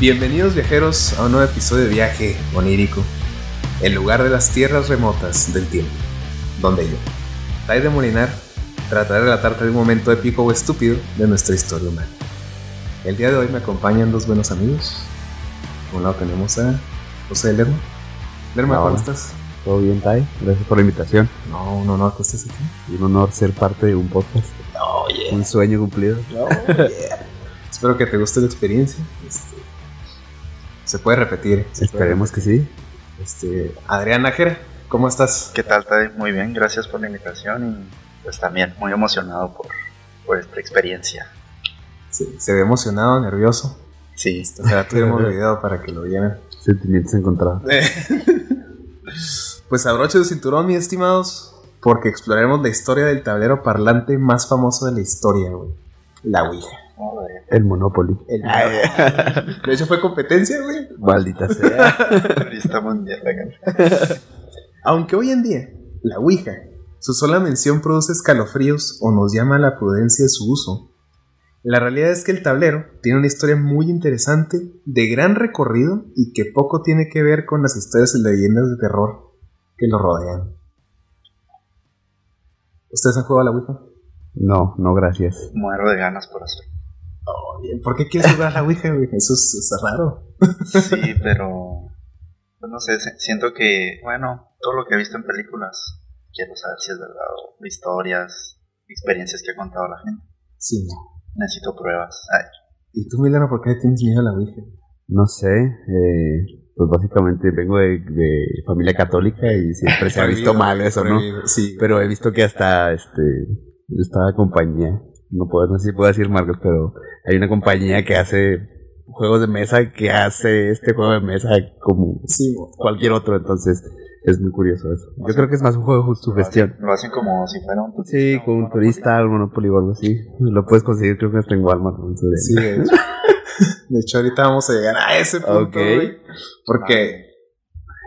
Bienvenidos viajeros a un nuevo episodio de Viaje Onírico, el lugar de las tierras remotas del tiempo, donde yo, Tai de Molinar, trataré de relatarte un momento épico o estúpido de nuestra historia humana. El día de hoy me acompañan dos buenos amigos. Por un lado tenemos a José Lerma. Lerma, ¿cómo Hola. estás? Todo bien, Tai. Gracias por la invitación. No, no, no, ¿qué estás aquí? Y un honor ser parte de un podcast. Un sueño cumplido. Espero que te guste la experiencia. este, se puede repetir. se puede Esperemos que sí. Este, Adrián Nájera, ¿cómo estás? ¿Qué tal, Tade? Muy bien, gracias por la invitación y pues también muy emocionado por, por esta experiencia. Se, se ve emocionado, nervioso. Sí, Este, Ojalá tuviéramos el video para que lo vieran. Sentimientos encontrados. pues abroche el cinturón, mis estimados, porque exploraremos la historia del tablero parlante más famoso de la historia, güey. La Ouija. joder, El Monopoly. El- de hecho, fue competencia, güey. Maldita sea. lista mundial, oigan. Aunque hoy en día, la Ouija, su sola mención produce escalofríos o nos llama a la prudencia de su uso, la realidad es que el tablero tiene una historia muy interesante, de gran recorrido y que poco tiene que ver con las historias y leyendas de terror que lo rodean. ¿Ustedes han jugado a la Ouija? No, no, gracias. Muero de ganas por hacerlo. ¿Por qué quieres jugar a la Ouija, güey? Eso es, es raro. Sí, pero pues, no sé, se- siento que, bueno, todo lo que he visto en películas, quiero saber si es verdad o historias, experiencias que ha contado la gente. Sí, no. Necesito pruebas. Ay, ¿Y tú, Milano, por qué le tienes miedo a la Ouija? No sé. eh, pues básicamente vengo de, de familia católica y siempre se ha visto mal eso, ¿no? Sí. Pero he visto que hasta este esta compañía, no puedo, no sé si puedo decir marcos, pero hay una compañía que hace juegos de mesa que hace este juego de mesa como sí, güey. cualquier otro, entonces es muy curioso eso. Yo creo que es más un juego de sugestión. Lo hacen como si fuera un turista. Sí, con un turista, un monopoly o algo así. Lo puedes conseguir creo que hasta en Walmart. ¿no? Entonces, Sí, de hecho. De hecho, ahorita vamos a llegar a ese punto, Ok. güey. Porque,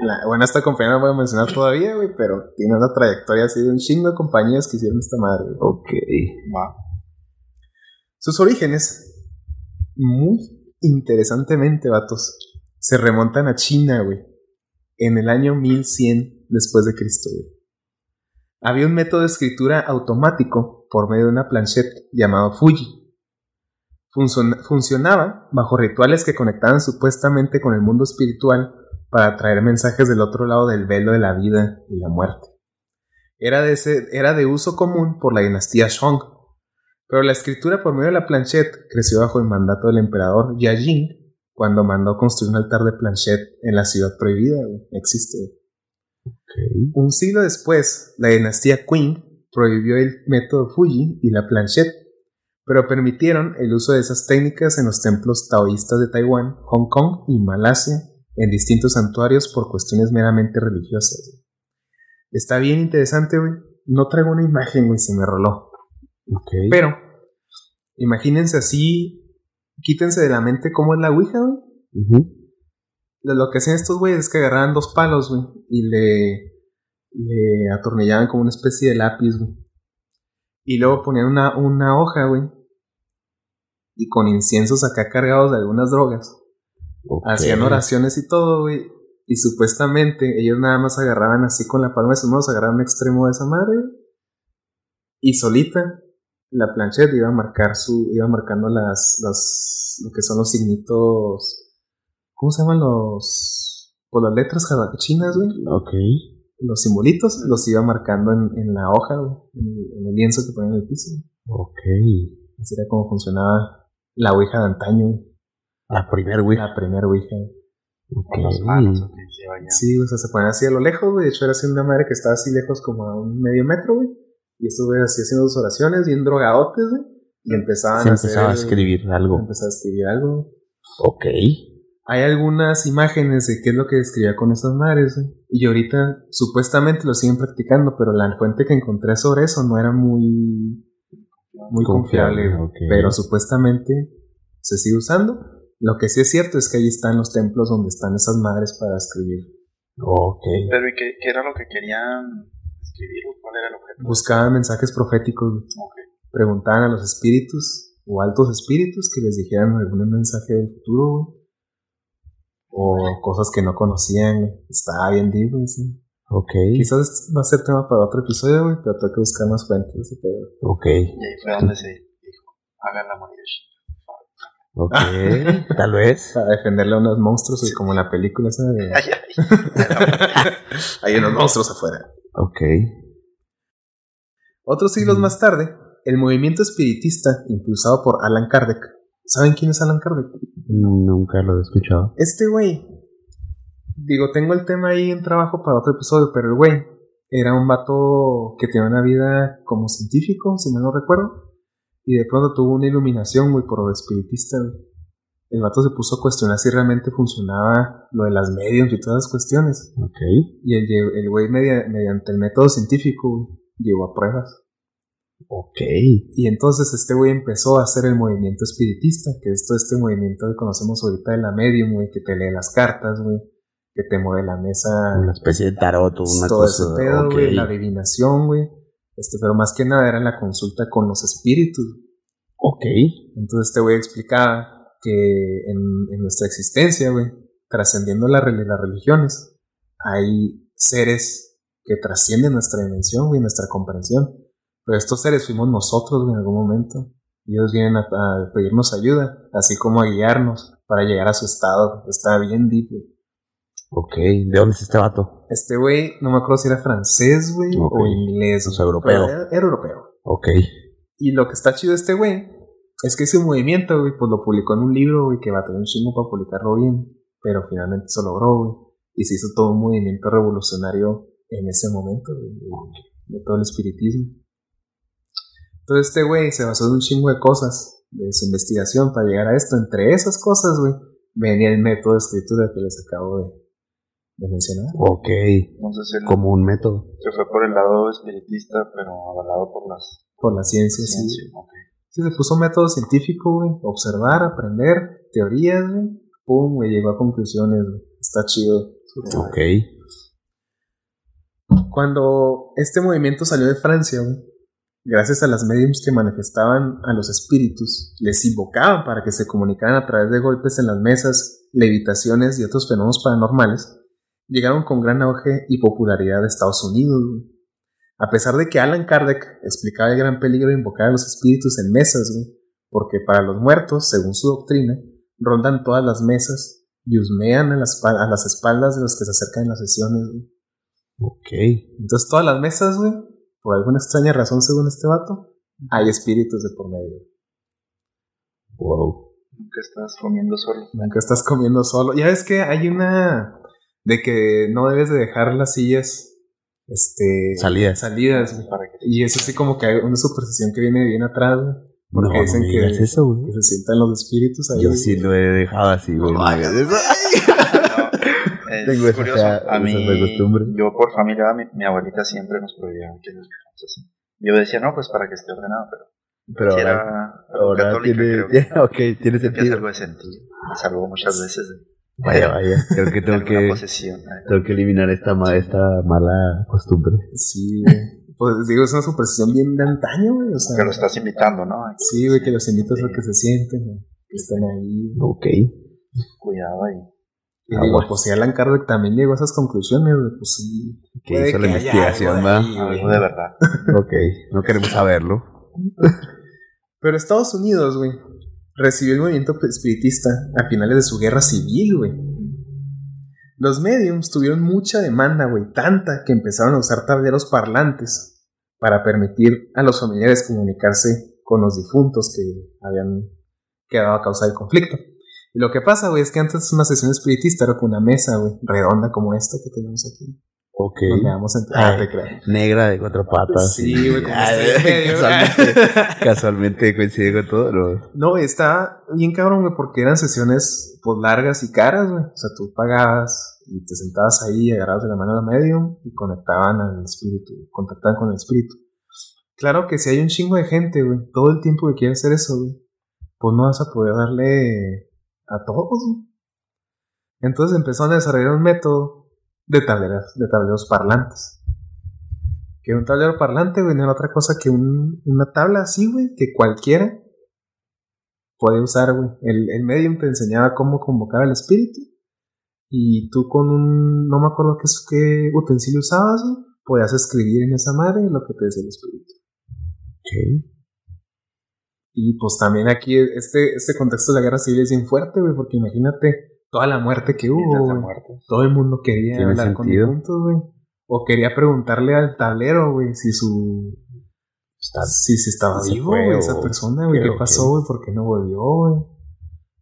la- bueno, esta compañía no la voy a mencionar todavía, güey, pero tiene una trayectoria así de un chingo de compañías que hicieron esta madre. güey. Ok. Va. Sus orígenes, muy interesantemente, vatos, se remontan a China, güey, en el año 1100 después de Cristo, güey. Había un método de escritura automático por medio de una planchette llamado Fuji. Funcion- funcionaba bajo rituales que conectaban supuestamente con el mundo espiritual para traer mensajes del otro lado del velo de la vida y la muerte. Era de, ese- era de uso común por la dinastía Song, pero la escritura por medio de la planchette creció bajo el mandato del emperador Yajing cuando mandó construir un altar de planchette en la ciudad prohibida. güey. Existe. güey. Un siglo después, la dinastía Qing prohibió el método Fuji y la planchette, pero permitieron el uso de esas técnicas en los templos taoístas de Taiwán, Hong Kong y Malasia en distintos santuarios por cuestiones meramente religiosas. güey. Está bien interesante, güey. No traigo una imagen, güey, se me roló. Ok. Pero, imagínense así, quítense de la mente cómo es la Ouija, güey. Ujú. Lo lo que hacían estos güeyes es que agarraban dos palos, güey, y le, le atornillaban como una especie de lápiz, güey. Y luego ponían una, una hoja, güey. Y con inciensos acá cargados de algunas drogas. Ok. Hacían oraciones y todo, güey. Y supuestamente ellos nada más agarraban así con la palma de sus manos, agarraban un extremo de esa madre. güey. Y solita la plancheta iba a marcar su. iba marcando las. las lo que son los signitos. ¿Cómo se llaman los. Pues las letras java- chinas, güey. Ok. Los simbolitos los iba marcando en, en la hoja, güey. En, en el lienzo que ponían en el piso. güey. Ok. Así era como funcionaba la ouija de antaño, güey, La primer güey. La primera ouija, güey. Ok. Con las manos, ok, sí, vaya. Sí, o sea, se ponían así a lo lejos, güey. De hecho, era así una madre que estaba así lejos como a un medio metro, güey. Y estos güeyes así haciendo sus oraciones, bien drogadotes, güey. Y empezaban Se a hacer- empezaba a escribir algo. Empezaba a escribir algo. güey. Ok. Hay algunas imágenes de qué es lo que escribía con esas madres, güey. Y ahorita supuestamente lo siguen practicando, pero la fuente que encontré sobre eso no era muy, muy confiable, Confiable, güey. ok. Pero supuestamente se sigue usando. Lo que sí es cierto es que ahí están los templos donde están esas madres para escribir. Ok. Pero ¿y qué, qué era lo que querían escribir o cuál era el objeto? Buscaban mensajes proféticos, güey. Ok. preguntaban a los espíritus o altos espíritus que les dijeran algún mensaje del futuro, güey. o cosas que no conocían, güey. Está bien deep, güey. sí. Ok, Quizás va a ser tema para otro episodio, güey, pero tengo que buscar más fuentes de ese pedo. ok, Y ahí fue donde se dijo, hagan la Moriyoshi. ok. Tal vez. Para defenderle a unos monstruos, güey, como en la película esa de... Ay, ay. Hay unos monstruos afuera. Ok. Otros siglos Mm. más tarde, el movimiento espiritista impulsado por Alan Kardec. ¿Saben quién es Alan Kardec? Nunca lo he escuchado. Este güey, digo, tengo el tema ahí en trabajo para otro episodio, pero el güey era un vato que tenía una vida como científico, si mal no recuerdo, y de pronto tuvo una iluminación, güey, por lo de espiritista, güey. El vato se puso a cuestionar si realmente funcionaba lo de las mediums y todas esas cuestiones. Ok. Y el lle- el güey, media- mediante el método científico, güey, llegó a pruebas. Ok. Y entonces este güey empezó a hacer el movimiento espiritista, que es todo este movimiento que conocemos ahorita de la medium, güey, que te lee las cartas, güey, que te mueve la mesa, pues, Una especie de tarot o una todo cosa. ese pedo, ok. güey, la adivinación, güey. Este, pero más que nada era la consulta con los espíritus. Ok. Entonces este güey explicaba que en, en nuestra existencia, güey, trascendiendo la, reli- las religiones, hay seres que trascienden nuestra dimensión, güey, nuestra comprensión. Pero estos seres fuimos nosotros, güey, en algún momento. Y ellos vienen a, a pedirnos ayuda, así como a guiarnos para llegar a su estado. Está bien deep, güey. Ok. ¿De dónde es este vato? Este güey, no me acuerdo si era francés, güey, o Ok. inglés. O sea, güey, europeo. pero Era, era europeo. Ok. Y lo que está chido de este güey es que ese movimiento, güey, pues lo publicó en un libro, güey, que va a tener un chingo para publicarlo bien, pero finalmente se logró, güey. Y se hizo todo un movimiento revolucionario en ese momento, güey, de, de todo el espiritismo. Entonces este güey se basó en un chingo de cosas de su investigación para llegar a esto. Entre esas cosas, güey, venía el método de escritura que les acabo de, de mencionar. Ok. Entonces él Como un método. se fue por el lado espiritista, pero avalado por las Por la ciencia, sí. ciencias. ok. Sí, se puso método científico, güey. Observar, aprender, teorías, güey. Pum, güey, llegó a conclusiones, güey. Está chido. Ok. Cuando este movimiento salió de Francia, güey, gracias a las mediums que manifestaban a los espíritus, les invocaban para que se comunicaran a través de golpes en las mesas, levitaciones y otros fenómenos paranormales, llegaron con gran auge y popularidad a Estados Unidos. güey. A pesar de que Alan Kardec explicaba el gran peligro de invocar a los espíritus en mesas, güey, porque para los muertos, según su doctrina, rondan todas las mesas y husmean a las, pa- a las espaldas de los que se acercan en las sesiones. güey. Ok. Entonces todas las mesas, güey, por alguna extraña razón según este vato, hay espíritus de por medio. Wow. Nunca estás comiendo solo. Nunca estás comiendo solo. Ya ves que hay una de que no debes de dejar las sillas este Salidas. salidas, güey. Para que te- Y es así como que hay una superstición que viene bien atrás, güey, No, porque dicen no me que- digas eso, güey. que se sientan los espíritus ahí. Yo güey. sí lo he dejado así, güey. No hagas eso. No, es Tengo esa curioso. fea- a mí, esa fea costumbre. yo por familia, mi, mi abuelita siempre nos prohibía que nos quedáramos así. Yo decía, no, pues para que esté ordenado, pero, Pero si ahora, era ahora católica, tiene, creo que, tiene- ok, tiene creo que es sentido. algo de sentido. Me salvó muchas veces de, Vaya, vaya. Creo que de tengo alguna que, posesión. eh. tengo que eliminar esta, ma- esta mala costumbre. Sí, güey. Pues digo, es una superstición bien de antaño, güey. O sea, Que lo estás invitando, ¿no? Ay, sí, güey, que los invitas a que se sienten, güey, que estén ahí. güey. Ok. Cuidado ahí. Y Ah, digo, bueno. pues si Alan Kardec también llegó a esas conclusiones, güey, pues sí. Que Puede hizo la que haya investigación, algo va. ahí, güey. Algo de verdad. Ok. No queremos saberlo. Pero Estados Unidos, güey, recibió el movimiento espiritista a finales de su guerra civil, güey. Los mediums tuvieron mucha demanda, güey, tanta que empezaron a usar tableros parlantes para permitir a los familiares comunicarse con los difuntos que habían quedado a causa del conflicto. Y lo que pasa, güey, es que antes una sesión espiritista era con una mesa, güey, redonda como esta que tenemos aquí. Ok. Donde vamos a entrar. Ay, te creo. Negra de cuatro patas. Sí, güey, como Ay, estoy en medio. casualmente, casualmente coincide con todo. No. No, está bien cabrón, güey, porque eran sesiones pues largas y caras, güey. O sea, tú pagabas y te sentabas ahí, agarrabas de la mano al medio y conectaban al espíritu, contactaban con el espíritu. Claro que si hay un chingo de gente, güey, todo el tiempo que quiere hacer eso, güey, pues no vas a poder darle a todos, güey. Entonces empezaron a desarrollar un método de tableros, de tableros parlantes. Que un tablero parlante, güey, no era otra cosa que un- una tabla así, güey, que cualquiera puede usar, güey. El, el medium te enseñaba cómo convocar al espíritu Y tú con un, no me acuerdo qué, es- qué utensilio usabas, güey, podías escribir en esa madre lo que te decía el espíritu. Ok. Y pues también aquí este, este contexto de la guerra civil es bien fuerte, güey, porque imagínate toda la muerte Uh. que hubo. Mientras de güey. muertos. Todo el mundo quería Tiene hablar con sentido. difuntos, güey. O quería preguntarle al tablero, güey, si su. Está Si, si estaba si vivo, fue güey, o- esa persona, güey. ¿Qué pero qué. pasó, güey? ¿Por qué no volvió, güey?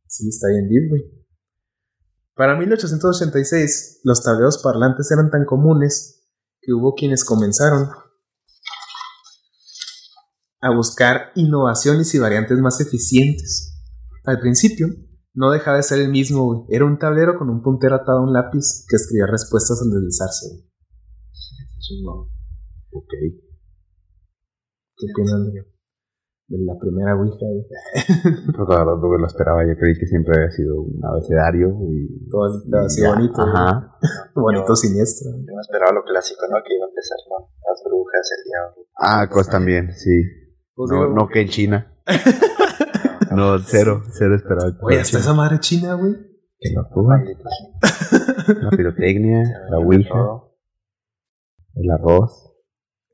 Sí, está bien deep, güey. Para 1886, los tableros parlantes eran tan comunes que hubo quienes comenzaron a buscar innovaciones y variantes más eficientes. Al principio, no dejaba de ser el mismo, güey. Era un tablero con un puntero atado a un lápiz que escribía respuestas al deslizarse, güey. Chingón. ok. ¿Qué opinan de, de la primera Ouija, güey? Pues la verdad no me lo esperaba. Yo creí que siempre había sido un abecedario y. Todo y todo así ya. bonito, güey. Ajá. bonito siniestro. güey. Yo me esperaba lo clásico, ¿no? Que iba a empezar con las brujas, el diablo. Ah, pues también, sí. Pues No, digo, no que en China. No, cero, cero esperaba. que Oye, fuera hasta China. esa madre china, güey. Qué locura. Maldita sea. La pirotecnia, la ouija, Todo. el arroz.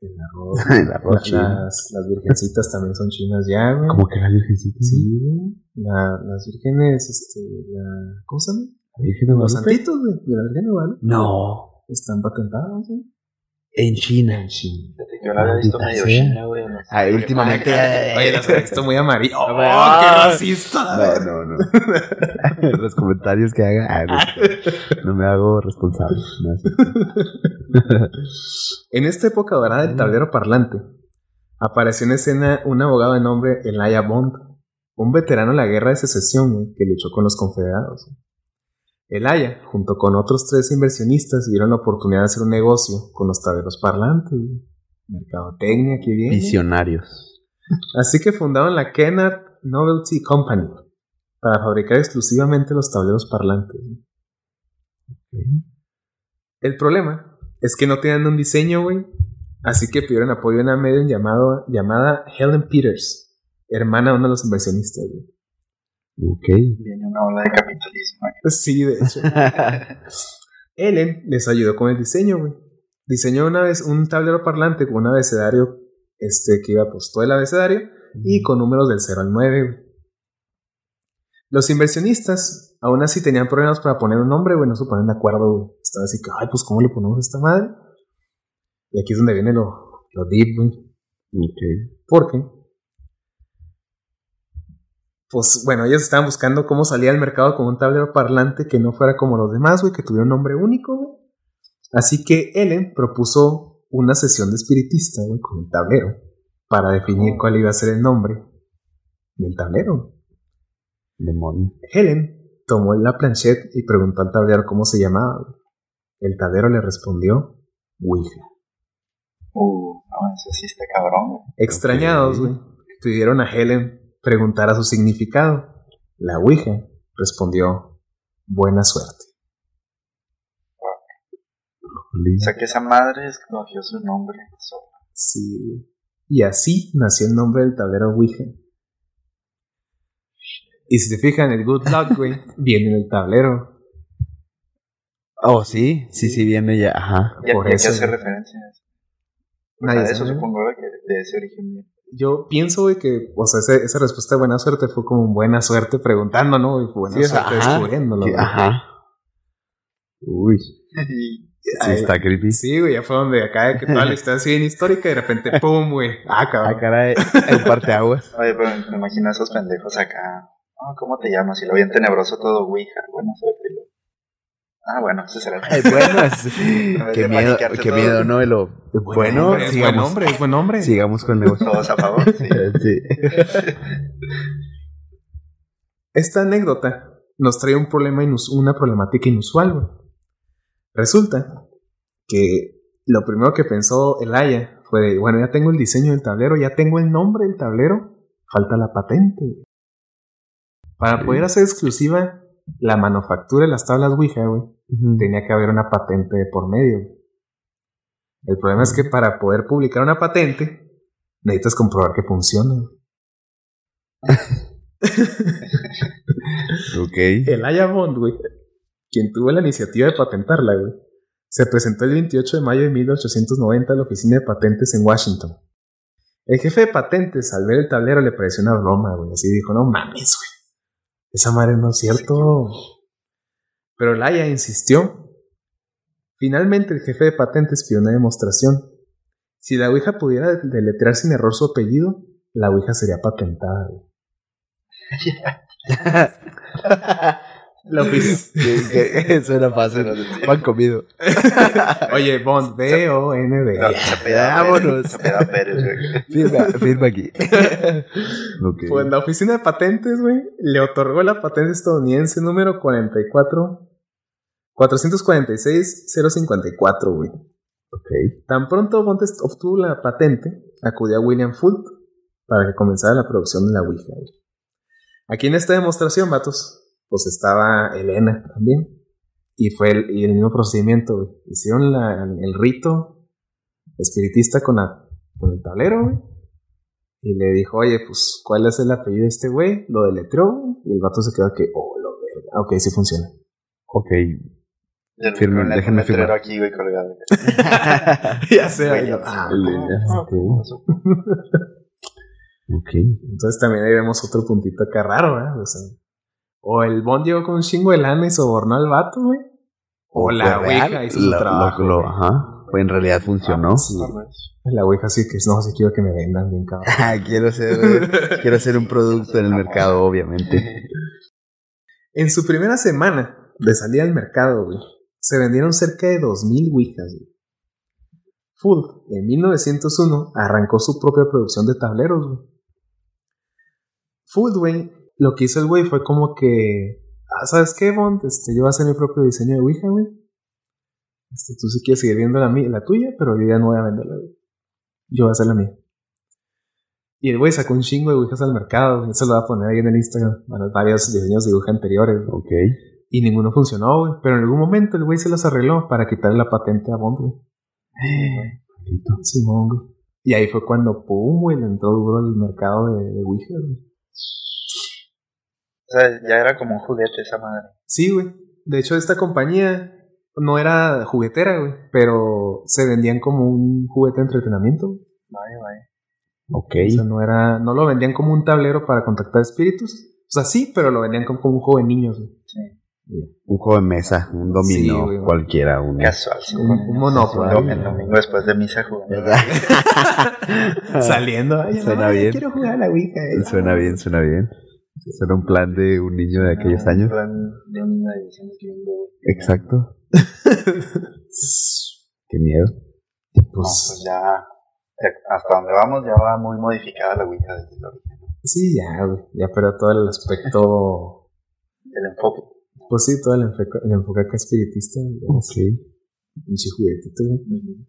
El arroz. El arroz La- chino. las, las virgencitas también son chinas ya, güey. Como que la virgencita. Sí, güey. La- las vírgenes, este, la, ¿cómo se llama? La virgen de Los Guadalupe. santitos, güey, de la Virgen de Guadalupe. No, Están patentados, güey. en China. Fíjate que Yo la había visto Maldita medio sea. china, güey. no sé. Ay, últimamente. Oye, las he visto muy amarillo. ¡Oh, Ah. qué racista! la verga! No, no, no. Los comentarios que haga. ah, no, no me hago responsable. no es cierto. En esta época dorada del tablero parlante, apareció en escena un abogado de nombre Elia Bond, un veterano de la guerra de secesión güey, que luchó con los confederados. Elia, junto con otros tres inversionistas, vieron la oportunidad de hacer un negocio con los tableros parlantes. güey. Mercadotecnia, aquí viene. Visionarios. Así que fundaron la Kennard Novelty Company para fabricar exclusivamente los tableros parlantes. El problema es que no tenían un diseño, güey. Así que pidieron apoyo a una medium llamado, llamada Helen Peters, hermana de uno de los inversionistas, güey. Ok. Viene una ola de capitalismo. aquí. Pues Sí, de hecho. Helen les ayudó con el diseño, güey. Diseñó una vez un tablero parlante con un abecedario este, que iba pues todo el abecedario y con números del 0 al 9, güey. Los inversionistas aún así tenían problemas para poner un nombre, güey, no se ponían de acuerdo, güey. Estaban así que, ay, pues, ¿cómo le ponemos a esta madre? Y aquí es donde viene lo, lo deep, güey. Ok. Porque, pues bueno, ellos estaban buscando cómo salía al mercado con un tablero parlante que no fuera como los demás, güey, que tuviera un nombre único, güey. Así que Ellen propuso una sesión de espiritista, güey, con el tablero, para definir cuál iba a ser el nombre del tablero. Demonio. Helen tomó la planchette y preguntó al tablero cómo se llamaba. güey. El tablero le respondió, Ouija. Uh, no, eso sí está cabrón, güey. Extrañados, Ok. güey, pidieron a Helen preguntar a su significado. La Ouija respondió, buena suerte. Jolín. O sea, que esa madre escogió su nombre. so- Sí, güey. Y así nació el nombre del tablero Ouija. Y si te fijan, el good luck, güey, viene en el tablero. Oh, sí. Sí, sí, viene ya. Ajá. Ya, Por ya que eso, hace güey. referencia a eso. Nadie A eso sabe. supongo güey, que de ese origen viene. Yo pienso, güey, que, o sea, ese- esa respuesta de buena suerte fue como un buena suerte preguntando, ¿no? Y buena Sí, o sea, suerte ajá. descubriéndolo. Que- güey. Ajá. Uy. Sí, Y Ay, está creepy. Sí, güey, ya fue donde acá que toda la historia así bien histórica y de repente, ¡pum, güey! ¡Ah, Ah, cabrón! caray. En parte aguas. Oye, pero me imagino a esos pendejos acá. Ah, ¿Cómo te llamas? Y lo bien tenebroso todo, Ouija. Buena suerte. y lo- Ah, bueno, ese será el. Ay, buenas. de qué miedo, paniquearte qué todo. miedo, ¿no? Y lo- Bueno, hombre, es buen sigamos. hombre, es buen hombre. Sigamos con el negocio. Todos a favor. Sí. Sí. Esta anécdota nos trae un problema inus- una problemática inusual. güey. Resulta que lo primero que pensó Elaya fue, de, bueno, ya tengo el diseño del tablero, ya tengo el nombre del tablero, falta la patente. güey. Para Sí. poder hacer exclusiva la manufactura de las tablas Ouija, güey, tenía que haber una patente de por medio. güey. El problema es que para poder publicar una patente, necesitas comprobar que funciona. güey. Ok. El Aya Bond, güey, quien tuvo la iniciativa de patentarla, güey, se presentó el 28 de mayo de 1890 a la Oficina de Patentes en Washington. El jefe de patentes, al ver el tablero, le pareció una broma, güey. Así dijo, no mames, güey. Esa madre no es cierto. Pero Laia insistió. Finalmente, el jefe de patentes pidió una demostración. Si la Ouija pudiera deletrear sin error su apellido, la Ouija sería patentada, güey. La ofic- Que- que Suena fácil. Pan comido. Oye, Bond, B-O-N-D. No, Cepeda Vámonos. Pérez, Cepeda Pérez, güey. Firma, firma aquí. Ok. Pues la oficina de patentes, güey, le otorgó la patente estadounidense número 44 446 054, güey. Ok. Tan pronto Montes obtuvo la patente, acudió a William Fult para que comenzara la producción de la Ouija. güey. Aquí en esta demostración, vatos, pues estaba Elena también. Y fue el, y el mismo procedimiento, güey. Hicieron la- el rito espiritista con, la, con el tablero, güey. Y le dijo, oye, pues, ¿cuál es el apellido de este güey? Lo deletreó, güey. Y el vato se quedó que, oh, lo verga. Ah, Ok, sí funciona. Ok. Yo le- Firmen, le- déjenme un letrero firmar. aquí, güey, colgado. güey. ya sé, Güey, yo, ya ah, Ok. Ok. Entonces también ahí vemos otro puntito acá raro, ¿eh? O, sea, o el Bond llegó con un chingo de lana y sobornó al vato, güey. O la Fue real, Ouija hizo su lo- trabajo, lo- lo- güey. ajá. Pues en realidad funcionó. Tal vez. La Ouija sí que es, no, si quiero que me vendan bien, cabrón. Ah, quiero ser, quiero ser un producto en el mercado, obviamente. En su primera semana de salida al mercado, güey, se vendieron cerca de 2.000 Ouijas, güey. Fuld, en 1901, arrancó su propia producción de tableros, güey. Fuld, güey, lo que hizo el güey fue como que, ah, ¿sabes qué, Bond? Este, yo voy a hacer mi propio diseño de Ouija, güey. Este, tú sí quieres seguir viendo la, mía- la tuya, pero yo ya no voy a venderla, güey. Yo voy a hacer la mía. Y el güey sacó un chingo de Ouijas al mercado, güey. Eso lo va a poner ahí en el Instagram, a los varios diseños de Ouija anteriores, güey. Ok. Y ninguno funcionó, güey. Pero en algún momento el güey se las arregló para quitarle la patente a Bond, güey. Simón, güey. Y ahí fue cuando, pum, güey, le entró duro al mercado de, de Ouija, güey. O sea, ya era como un juguete esa madre. Sí, güey. De hecho, esta compañía no era juguetera, güey. Pero se vendían como un juguete de entretenimiento, güey. Vaya, vaya. Ok. O sea, no, era, no lo vendían como un tablero para contactar espíritus. O sea, sí, pero lo vendían como, como un juego de niños, güey. Sí. Un juego de mesa, un Sí, dominó, güey. cualquiera, uno. Casual, sí. Un- un Monopoly. El, el domingo después de misa jugando. Saliendo. "Ay, Suena mamá, yo bien. Quiero jugar a la Ouija. eh". Suena bien, suena bien. Suena un plan de un niño de aquellos Ah, años. De un de un niño de 18 años gringo, güey. Exacto. Qué miedo. No, Ah, pues ya, ya hasta donde vamos ya va muy modificada la Ouija desde el origen. Sí, ya, güey. Ya, pero todo el aspecto. El enfoque. Pues sí, todo el enfoque, el enfoque acá espiritista. güey, ya es Ok. Un pinche juguetito, güey.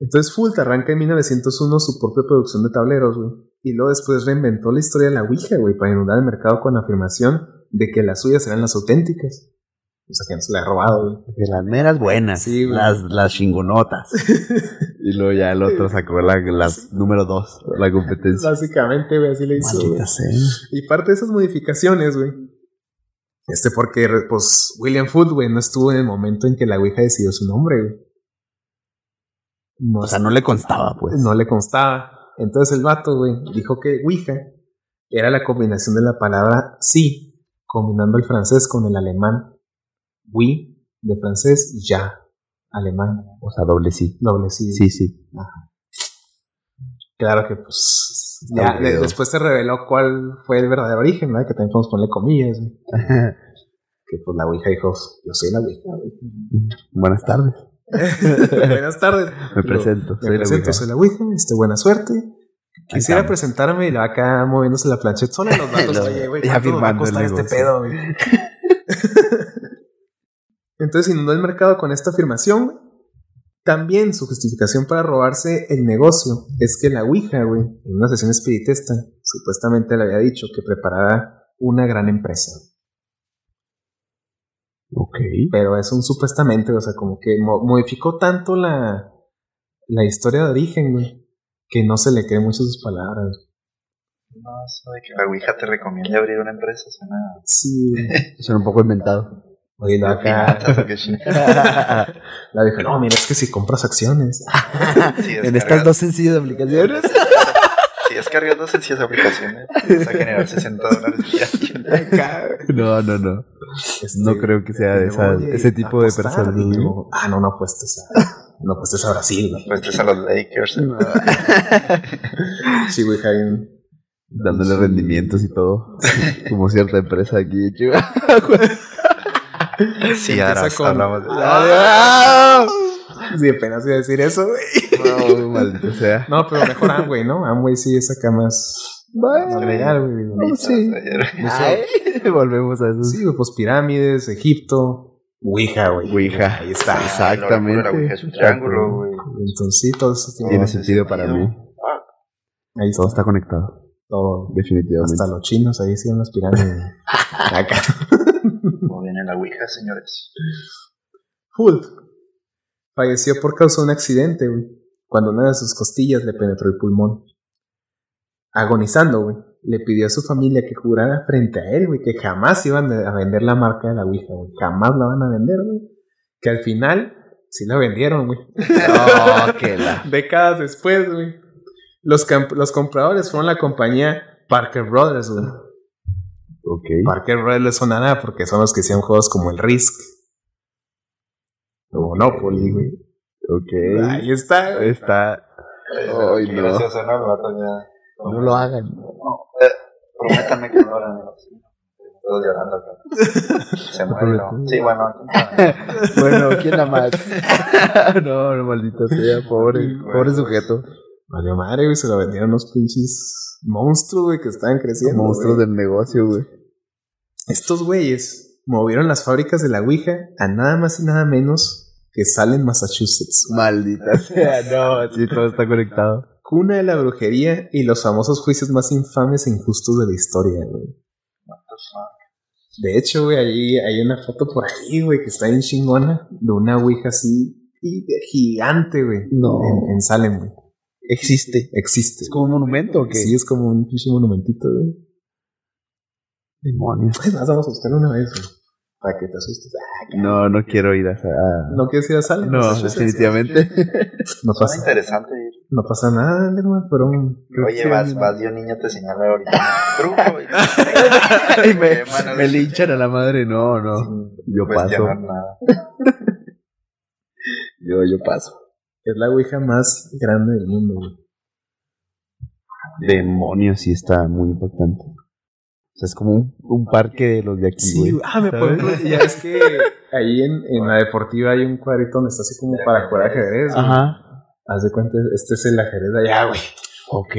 Entonces Fult arranca en 1901 su propia producción de tableros, güey. Y luego después reinventó la historia de la Ouija, güey, para inundar el mercado con la afirmación de que las suyas eran las auténticas. O sea, que no se la ha robado, güey. De las meras buenas. Sí, güey. las, las chingonotas. y luego ya el otro sacó la, las número dos, la competencia. Básicamente, güey, así le hizo. güey. Maldita sea. Y parte de esas modificaciones, güey. Este porque, pues, William Food, güey, no estuvo en el momento en que la Ouija decidió su nombre, güey. No, O sea, no le constaba, pues. no le constaba. Entonces el vato, güey, dijo que Ouija era la combinación de la palabra sí, combinando el francés con el alemán. Oui, de francés, y ya, alemán. O sea, doble sí. Doble sí. Sí, sí. Claro que, pues, Está ya, aburrido. de- después se reveló cuál fue el verdadero origen, ¿verdad? Que también podemos ponerle comillas, güey. que pues la Ouija dijo, yo soy la Ouija, güey. Buenas tardes. Buenas tardes. Me Yo, presento. Me soy la presento, Ouija. soy la Ouija, este, buena suerte. Quisiera estamos. presentarme y la acá moviéndose la plancheta sola y los datos, Los- oye, güey, ¿cuánto nos ya va a firmando costar el este negocio. pedo, güey? Entonces inundó el mercado con esta afirmación. güey. También su justificación para robarse el negocio es que la Ouija, güey, en una sesión espiritista, supuestamente le había dicho que preparara una gran empresa. Ok. pero es un supuestamente, o sea, como que mo- modificó tanto la, la historia de origen, güey, que no se le cree mucho sus palabras. No, eso de que la Ouija te recomienda abrir una empresa suena. Sí, güey. Suena un poco inventado. Oye, no, acá. Finanzas o qué chingada. La vieja, no, mira, es que si compras acciones. Si en estas descargas- dos sencillas aplicaciones. Si ¿eh? descargas dos sencillas aplicaciones, vas a generar 60 dólares diarios. no, no, no. Este, No creo que sea de luego, esa- oye, ese tipo de apostar, personas. y güey. luego, ah, no, no apuestes a, no apuestes a Brasil, güey. Pues tres a los Lakers. Sí, güey, Jaime. Dándole rendimientos y todo. Como cierta empresa aquí en Chihuahua. Sí, ahora Empieza con- hablamos de. ¡Ah! Sí, apenas iba a decir eso, güey. No, maldito sea. No, pero mejor Amway, ¿no? Amway sí es acá más más legal, güey. digo. No, sí. Eso- Ay, volvemos a eso. Sí, güey, pues pirámides, Egipto, Ouija, güey. Ouija. Ahí Ah, está. Exactamente. La Ouija es un triángulo, güey. Entonces, sí, todo eso tiene- Tiene Todo sentido para sentido. mí. Ahí está Todo está conectado. todo. Definitivamente. Hasta los chinos ahí hicieron las pirámides. acá. Como viene la Ouija, señores. Hood falleció por causa de un accidente, güey, cuando una de sus costillas le penetró el pulmón. Agonizando, güey, le pidió a su familia que jurara frente a él, güey, que jamás iban a vender la marca de la Ouija, güey, jamás la van a vender, güey. Que al final sí la vendieron, güey. No, que la. Décadas después, güey. Los, camp- los compradores fueron la compañía Parker Brothers, güey. Ok. Parker Brothers les sonará porque son los que hacían juegos como el Risk, o Monopoly, güey. Eh, Ok. Ahí está, güey. Está. Ay, Qué no. gracioso, ¿no? El vato ya- No lo hagan. Prométame que no harán algo así. Todos llorando acá. Se muere, ¿no? Sí, bueno. Bueno, ¿quién la más? no, no, maldita sea, pobre, pobre sujeto. Valió madre, güey, se lo vendieron unos pinches monstruos, güey, que estaban creciendo. Monstruos güey. del negocio, güey. Estos güeyes movieron las fábricas de la Ouija a nada más y nada menos que Salem, Massachusetts. Maldita sea, no, sí, todo está conectado. Cuna de la brujería y los famosos juicios más infames e injustos de la historia, güey. De hecho, güey, ahí hay una foto por ahí, güey, que está bien chingona de una Ouija así y de gigante, güey. No. En, en Salem, güey. Existe. Existe. ¿Es como un monumento o qué? Sí, es como un pinche monumentito, güey. demonios. Pues más vamos a buscar una vez, güey. Para que te asustes. Ah, No, no quiero ir a. a- No quieres ir a Salem. No, Massachusetts? definitivamente. No Suena pasa, interesante. ir. no pasa nada, hermano, pero. creo Oye, que- vas, vas, y un niño te señala ahorita. Brujo, y- Ay, me, Qué mala me leche. linchan a la madre, no, no. Yo Pues ya paso, no, nada. yo, yo paso. Es la Ouija más grande del mundo, güey. Demonios, sí está muy impactante. O sea, es como un, un parque de los de aquí, Sí, güey. güey. ah, me ¿Sabes? pongo. Ya es que ahí en, en la deportiva hay un cuadrito donde está así como para jugar ajedrez. güey. Ajá. Haz de cuenta, este es el ajedrez de allá, güey. Ok.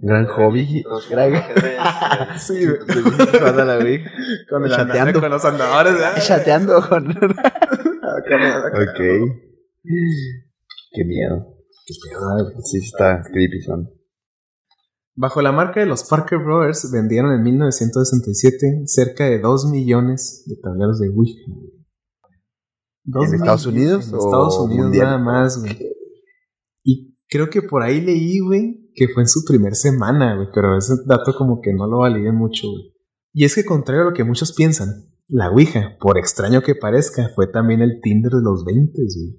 Gran hobby. Los Gran- ajedrez, Sí, güey. Cuando la vi. Con, el Chateando. andador, con los andadores, ¿verdad? Chateando con. ok. Qué Qué miedo. pedo, güey. Sí, está creepy, son. Bajo la marca de los Parker Brothers vendieron en 1967 cerca de 2 millones de tableros de Ouija. güey. Dos ¿En Estados Unidos En o Estados Unidos mundial? nada más, güey. Y creo que por ahí leí, güey, que fue en su primer semana, güey, pero ese dato como que no lo validé mucho, güey. Y es que contrario a lo que muchos piensan, la Ouija, por extraño que parezca, fue también el Tinder de los 20, güey.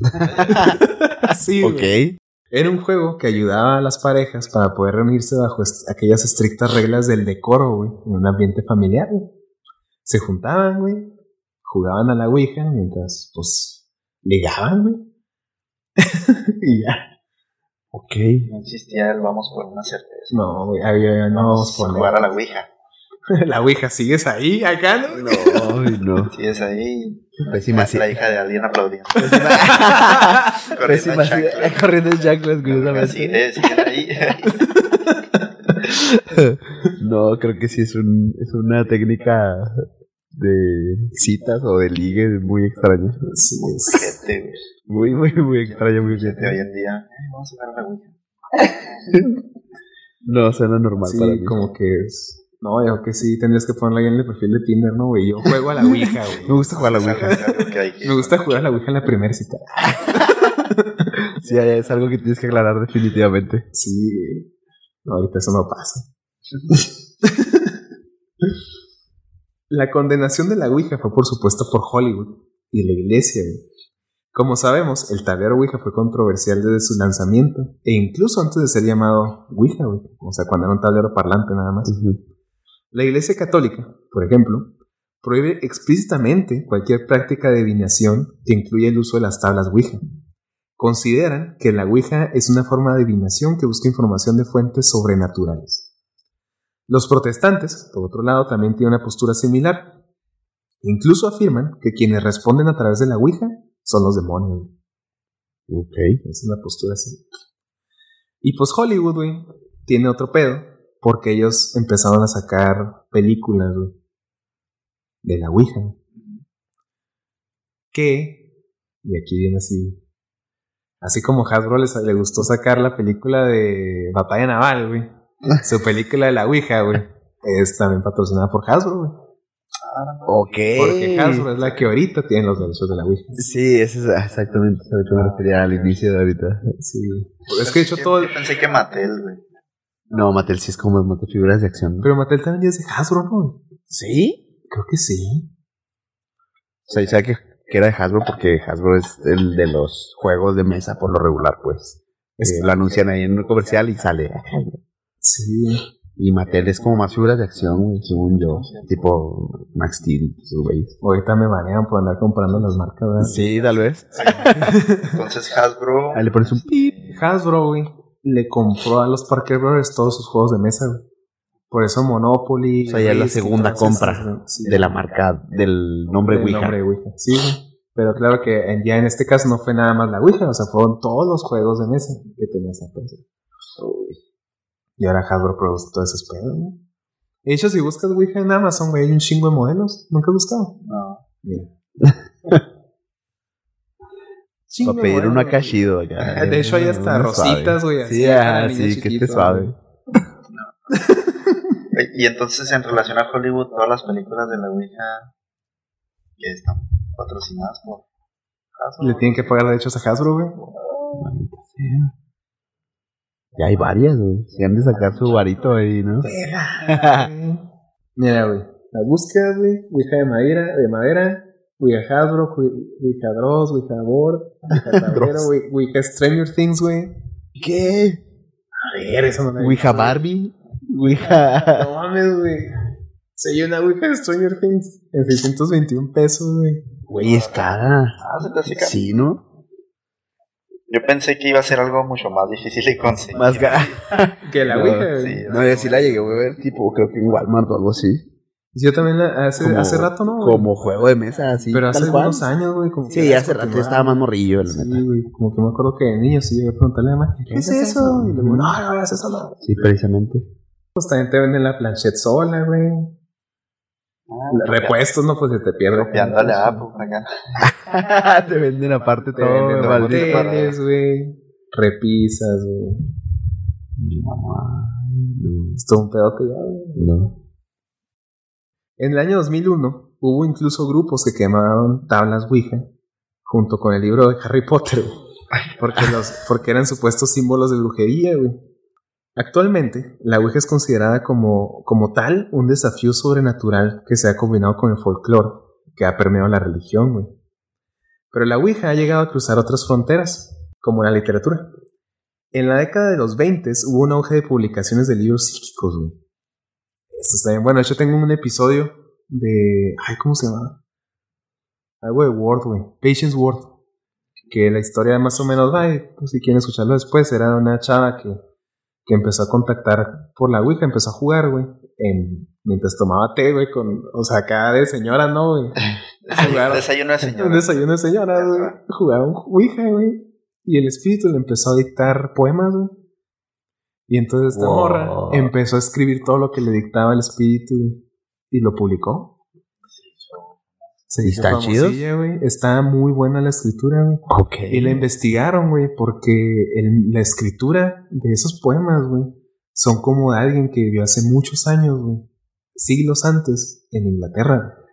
sí, güey. Ok. Era un juego que ayudaba a las parejas para poder reunirse bajo est- aquellas estrictas reglas del decoro, güey, en un ambiente familiar, güey. Se juntaban, güey, jugaban a la Ouija mientras, pues, ligaban, güey. y ya. Ok. No existía el vamos por una certeza. No, güey, había, no vamos a jugar a poner. la Ouija. La Ouija, ¿sigues ahí, acá, no? Ay, no. Si es ahí, Pésima la cita. hija de alguien aplaudiendo. Pésima Corriendo en cita. Corriendo en chanclas, Así curiosamente. es, si es ahí. No, creo que sí es, un, es una técnica de citas o de ligue muy extraña. Sí, es. Gente, güey. Muy, muy, muy extraña, muy bien. Gente hoy en día. "Eh, Vamos a jugar a la Ouija. No, suena normal para Sí, mí. como que es. No, yo que sí, tendrías que ponerle ahí en el perfil de Tinder, ¿no, güey? Yo juego a la Ouija, Me güey. gusta jugar a la Es algo- Ouija. es algo que hay que- Me gusta jugar a la Ouija en la primera cita. Sí, es algo que tienes que aclarar definitivamente. Sí, güey. No, ahorita eso no pasa. la condenación de la Ouija fue, por supuesto, por Hollywood y la iglesia. güey. Como sabemos, el tablero Ouija fue controversial desde su lanzamiento e incluso antes de ser llamado Ouija, güey. o sea, cuando era un tablero parlante nada más. Ujú. La Iglesia Católica, por ejemplo, prohíbe explícitamente cualquier práctica de adivinación que incluya el uso de las tablas Ouija. Consideran que la Ouija es una forma de adivinación que busca información de fuentes sobrenaturales. Los protestantes, por otro lado, también tienen una postura similar. Incluso afirman que quienes responden a través de la Ouija son los demonios. güey. Ok. Es una postura así. Y pues Hollywood, güey, tiene otro pedo. Porque ellos empezaron a sacar películas, güey. De la Ouija. güey. Que, y aquí viene así. Así como Hasbro les- le gustó sacar la película de Batalla Naval, güey. Su película de la Ouija, güey. Es también patrocinada por Hasbro, güey. Ok. Porque Hasbro es la que ahorita tiene los derechos de la Ouija. Sí, eso es exactamente a lo que me refería al inicio de ahorita. Sí. Es que de hecho Yo- todo. yo pensé que Mattel, güey. No, Mattel sí es como Mattel figuras de acción. ¿no? Pero Mattel también ya es de Hasbro, ¿no, güey? ¿Sí? Creo que sí. O sea, yo sabía que, que era de Hasbro porque Hasbro es el de los juegos de mesa por lo regular, pues. Es- Eh, lo anuncian ahí en un comercial y sale. Sí, Y Mattel es como más figuras de acción, güey, según yo. Tipo Max Steel, esos güeyes. ahorita me banean por andar comprando las marcas. ¿verdad? Sí, tal vez. Entonces Hasbro. Ahí le pones un pip. Hasbro, güey, le compró a los Parker Brothers todos sus juegos de mesa, güey. Por eso Monopoly. O sea, ya es la Risk y segunda todas esas, compra güey. Sí, de la marca del nombre del Ouija. nombre Ouija. Sí, güey. Pero claro que en- ya en este caso no fue nada más la Ouija, o sea, fueron todos los juegos de mesa que tenías entonces. Y ahora Hasbro produce todos esos pedos, güey. De hecho, si buscas Ouija en Amazon, güey, hay un chingo de modelos. ¿Nunca has buscado? No. Mira. Chingo de Para pedir uno modelos, acá güey. chido. acá. Ah, De hecho, hay hasta Uno rositas, suave. güey, así, Sí, para ah, niños sí, que esté chiquitos, suave. güey. Eh, Y entonces, en relación a Hollywood, todas las películas de la Ouija que están patrocinadas por Hasbro. Le tienen que pagar derechos a Hasbro, güey. Maldita sea. Ya hay varias, güey. Se han de sacar su varito ahí, ¿no? Mira, güey. Las buscas, güey. Ouija de madera, de madera. Ouija Hasbro, Wi- Ouija Dross, Ouija Board, Ouija Tablero, Dross. güey, Ouija Stranger Things, güey. ¿Qué? A ver, eso no la he Ouija visto, güey. Barbie. Ouija. No mames, güey. Se hay una Ouija de Stranger Things en 621 pesos, güey. Güey, es cara. Ah, se te hace caro. Sí, ¿no? Yo pensé que iba a ser algo mucho más difícil de conseguir. Más cara. Que la No, Ouija, sí. güey. No, yo sí la llegué a ver, tipo, creo que en Walmart o algo así. Yo también la, hace, Como- hace rato, ¿no? güey? Como juego de mesa, así. Pero hace tal cual. unos años, güey. como que Sí, era hace rato yo descontinuada. estaba más morrillo, la neta. Sí, güey, como que me acuerdo que de niño sí llegué a preguntarle a mi mamá, ¿qué es eso? Y luego, no, no hagas eso, no. Sí, precisamente. Pues también te venden la planchette sola, güey. Ah, Repuestos, no, pues se te pierde. Copiándole a Apple acá. te venden aparte Te venden los todo, maldito. para- moteles, güey. Repisas, güey. Es todo un pedote ya, güey. No. En el año 2001 hubo incluso grupos que quemaron tablas Ouija junto con el libro de Harry Potter, güey, porque, los, porque eran supuestos símbolos de brujería, güey. Actualmente, la Ouija es considerada como, como tal un desafío sobrenatural que se ha combinado con el folclore que ha permeado la religión, güey. Pero la Ouija ha llegado a cruzar otras fronteras, como la literatura. En la década de los 20 hubo un auge de publicaciones de libros psíquicos, güey. Esto está bien. Bueno, yo tengo un episodio de. Ay, ¿cómo se llama? Algo de Word, güey. Patience Word. Que la historia más o menos va, y, pues, si quieren escucharlo después, era una chava que, que empezó a contactar por la Ouija, empezó a jugar, güey. en- mientras tomaba té, güey, con. O sea, acá de señora, ¿no, güey? Jugaron- Desayuno de un señora. desayuno de señoras, güey. Ajá. Jugaron Ouija, güey. Y el espíritu le empezó a dictar poemas, güey. Y entonces esta Wow. morra empezó a escribir todo lo que le dictaba el espíritu, güey. Y lo publicó. Se ¿Y hizo están famosilla, chidos? güey. Está muy buena la escritura, güey. Ok. Y la investigaron, güey, porque el- la escritura de esos poemas, güey, son como de alguien que vivió hace muchos años, güey, siglos antes, en Inglaterra, güey,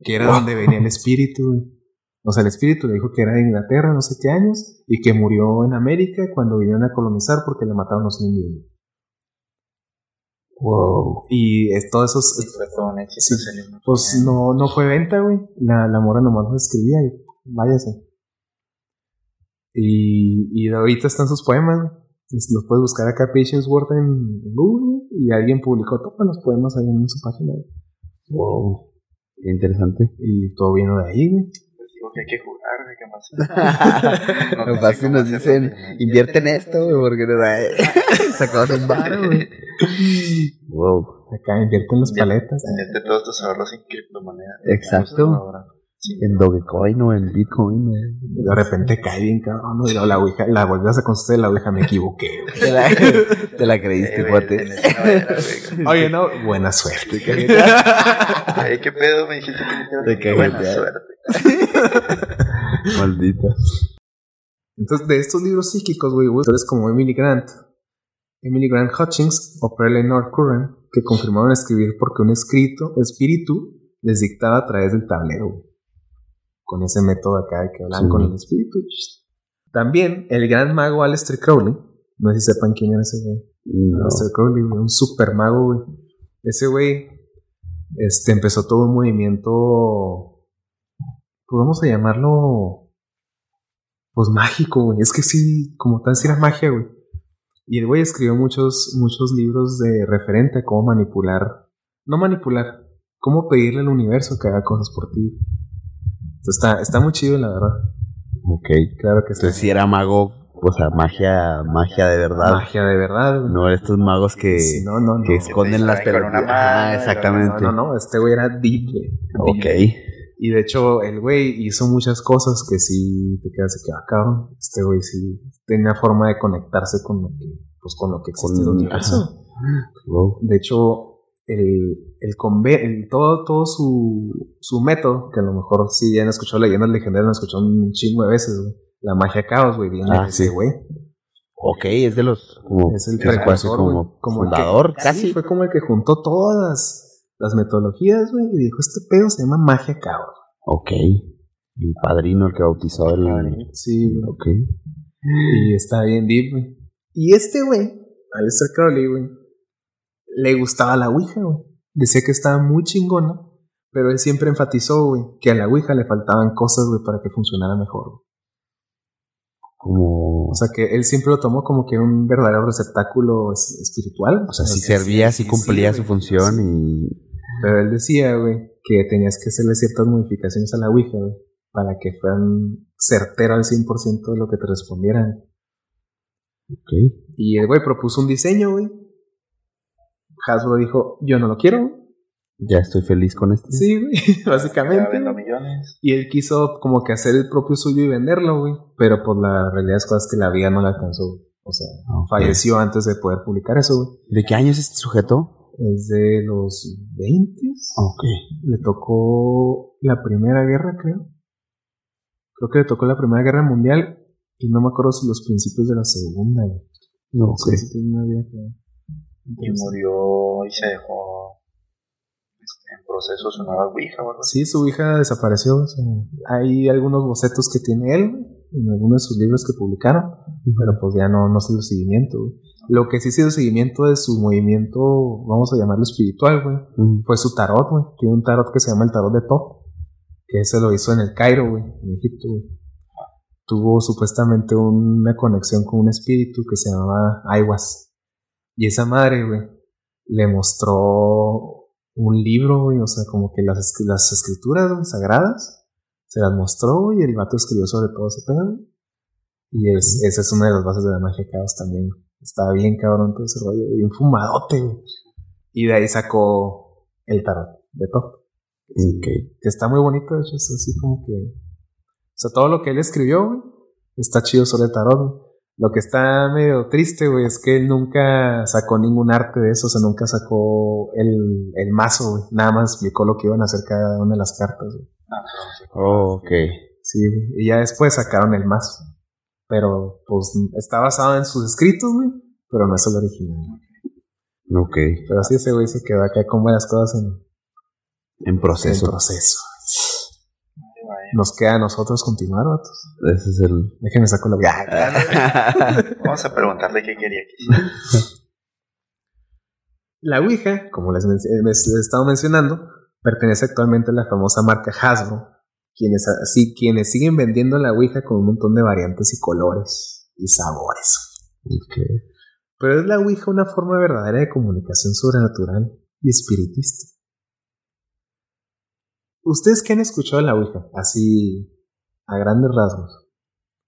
que era Wow. donde venía el espíritu, güey. O sea, el espíritu le dijo que era de Inglaterra, no sé qué años, y que murió en América cuando vinieron a colonizar porque le mataron los indios. güey. Wow. Y es, todos esos. Sí, fue todo un éxito. Sí. se le- Pues no, no fue venta, güey. La, la mora nomás lo escribía y váyase. Y, y ahorita están sus poemas, güey. Es- Los puedes buscar acá, Patience Word en en Google, güey, y alguien publicó todos los poemas ahí en su página, güey. Wow. Qué interesante. Y todo vino de ahí, güey. Les digo que hay que jugar, güey, ¿qué más? Lo fácil nos dicen, invierte en esto, güey, porque nos da. Sacamos un bar, güey. Wow. Acá invierten las Invierte- paletas. eh. Invierte todos tus ahorros en criptomonedas. Exacto. Ahora, sí. En Dogecoin o en Bitcoin, güey. Y de repente cae bien, cabrón. Y luego la ouija, la volvías a contestar y la ouija, me equivoqué, güey. Te la, te la Eh, creíste, güey, en este cuate. esa era, güey. Oye, no, buena suerte. Ay, qué pedo, me dijiste que Te te cagué, buena ya. suerte. Maldita. Entonces, de estos libros psíquicos, güey, hubo autores como Emily Grant, Emily Grant Hutchings o Pearl Eleanor Curran, que confirmaron escribir porque un escrito, espíritu, les dictaba a través del tablero, güey. Con ese método acá de que hablan Sí. con el espíritu. y chist. También el gran mago Aleister Crowley, no sé si sepan quién era ese güey. No. Aleister Crowley, güey, un super mago, güey. Ese güey este, empezó todo un movimiento, podemos llamarlo, pues mágico, güey. Es que sí, como tal, sí era magia, güey. Y el güey escribió muchos, muchos libros de referente a cómo manipular, no manipular, cómo pedirle al universo que haga cosas por ti. Entonces, está, está muy chido, la verdad. Ok. Claro que sí. Entonces, si era mago, o sea, magia, magia de verdad. Magia de verdad, güey. No estos magos que, Sí, no, no, no. que esconden las Con una pelotas. mano, Ah, y No, exactamente. no, no, este güey era deep, güey. Ok. Y de hecho, el güey hizo muchas cosas que sí te quedas de que, ah, cabrón, este güey sí tenía forma de conectarse con lo que, pues, con lo que existe en el Con- universo. Wow. De hecho, el, el, conve- el- todo, todo su, su método, que a lo mejor sí ya han escuchado leyendas legendarias, lo han escuchado un chingo de veces, güey. La magia caos, güey, viene Ah, de ese sí. güey. Ok, es de los. Como, Es el casi precursor, como güey, como el que- fundador, Casi casi. fue como el que juntó todas las metodologías, güey, y dijo, este pedo se llama magia caos. Ok. El padrino, el que bautizó el. Sí, güey. Ok. Y está bien deep, güey. Y este güey, Aleister Crowley, güey, le gustaba la Ouija, güey. Decía que estaba muy chingona, pero él siempre enfatizó, güey, que a la Ouija le faltaban cosas, güey, para que funcionara mejor. güey. Como. O sea, que él siempre lo tomó como que un verdadero receptáculo es- espiritual. O sea, sí que servía, sí, sí sí, cumplía güey, su función sí. y... Pero él decía, güey, que tenías que hacerle ciertas modificaciones a la Ouija, güey, para que fueran certero al 100% de lo que te respondieran. Ok. Y el güey propuso un diseño, güey. Hasbro dijo, yo no lo quiero. güey". Ya estoy feliz con este. Sí, güey, Ya básicamente. vendo güey. millones. Y él quiso como que hacer el propio suyo y venderlo, güey. Pero por la realidad es cosas que la vida no le alcanzó. güey. O sea, Ok. falleció antes de poder publicar eso, ¿De qué año es este sujeto? güey. Es de los 20. Ok. Le tocó la Primera Guerra, creo. Creo que le tocó la Primera Guerra Mundial. Y no me acuerdo si los principios de la Segunda, güey. No, O ok. sea, sí tiene una vida que- Y Pues murió y se dejó este, en proceso su nueva Ouija o algo así. Sí, su hija desapareció. o sea, hay algunos bocetos que tiene él en algunos de sus libros que publicaron, pero pues ya no, no se dio seguimiento. güey. Lo que sí se dio seguimiento de su movimiento, vamos a llamarlo espiritual, güey, Mm. fue su tarot, güey. Tiene un tarot que se llama el tarot de Top, que se lo hizo en el Cairo, güey, en Egipto, güey. Tuvo supuestamente una conexión con un espíritu que se llamaba Aiwas. Y esa madre, güey, le mostró un libro, güey, o sea, como que las, escri- las escrituras güey, sagradas se las mostró, güey, y el vato escribió sobre todo ese pedo, güey. Y es, esa es una de las bases de la magia caos también. güey. Estaba bien cabrón todo ese rollo, güey, un fumadote, güey. Y de ahí sacó el tarot de Top, Ok. que está muy bonito, de hecho, es así como que. O sea, todo lo que él escribió, güey, está chido sobre el tarot, güey. Lo que está medio triste, güey, es que él nunca sacó ningún arte de eso, o sea, nunca sacó el, el mazo, güey. Nada más explicó lo que iban a hacer cada una de las cartas, güey. Ah, Oh, ok. Sí, güey. Y ya después sacaron el mazo. Pero, pues, está basado en sus escritos, güey, pero no es el original. güey. Ok. Pero así ese güey se quedó acá con varias cosas en, En en proceso. proceso. Ay, vaya. Nos queda a nosotros continuar, vatos. Ese es el... Déjenme sacar la Ah, Vamos a preguntarle qué quería que hiciera. La Ouija, como les, men- eh, les he estado mencionando, pertenece actualmente a la famosa marca Hasbro, quienes, así, quienes siguen vendiendo la Ouija con un montón de variantes y colores y sabores. Ok. Pero es la Ouija una forma verdadera de comunicación sobrenatural y espiritista. ¿Ustedes qué han escuchado de la Ouija? Así, a grandes rasgos.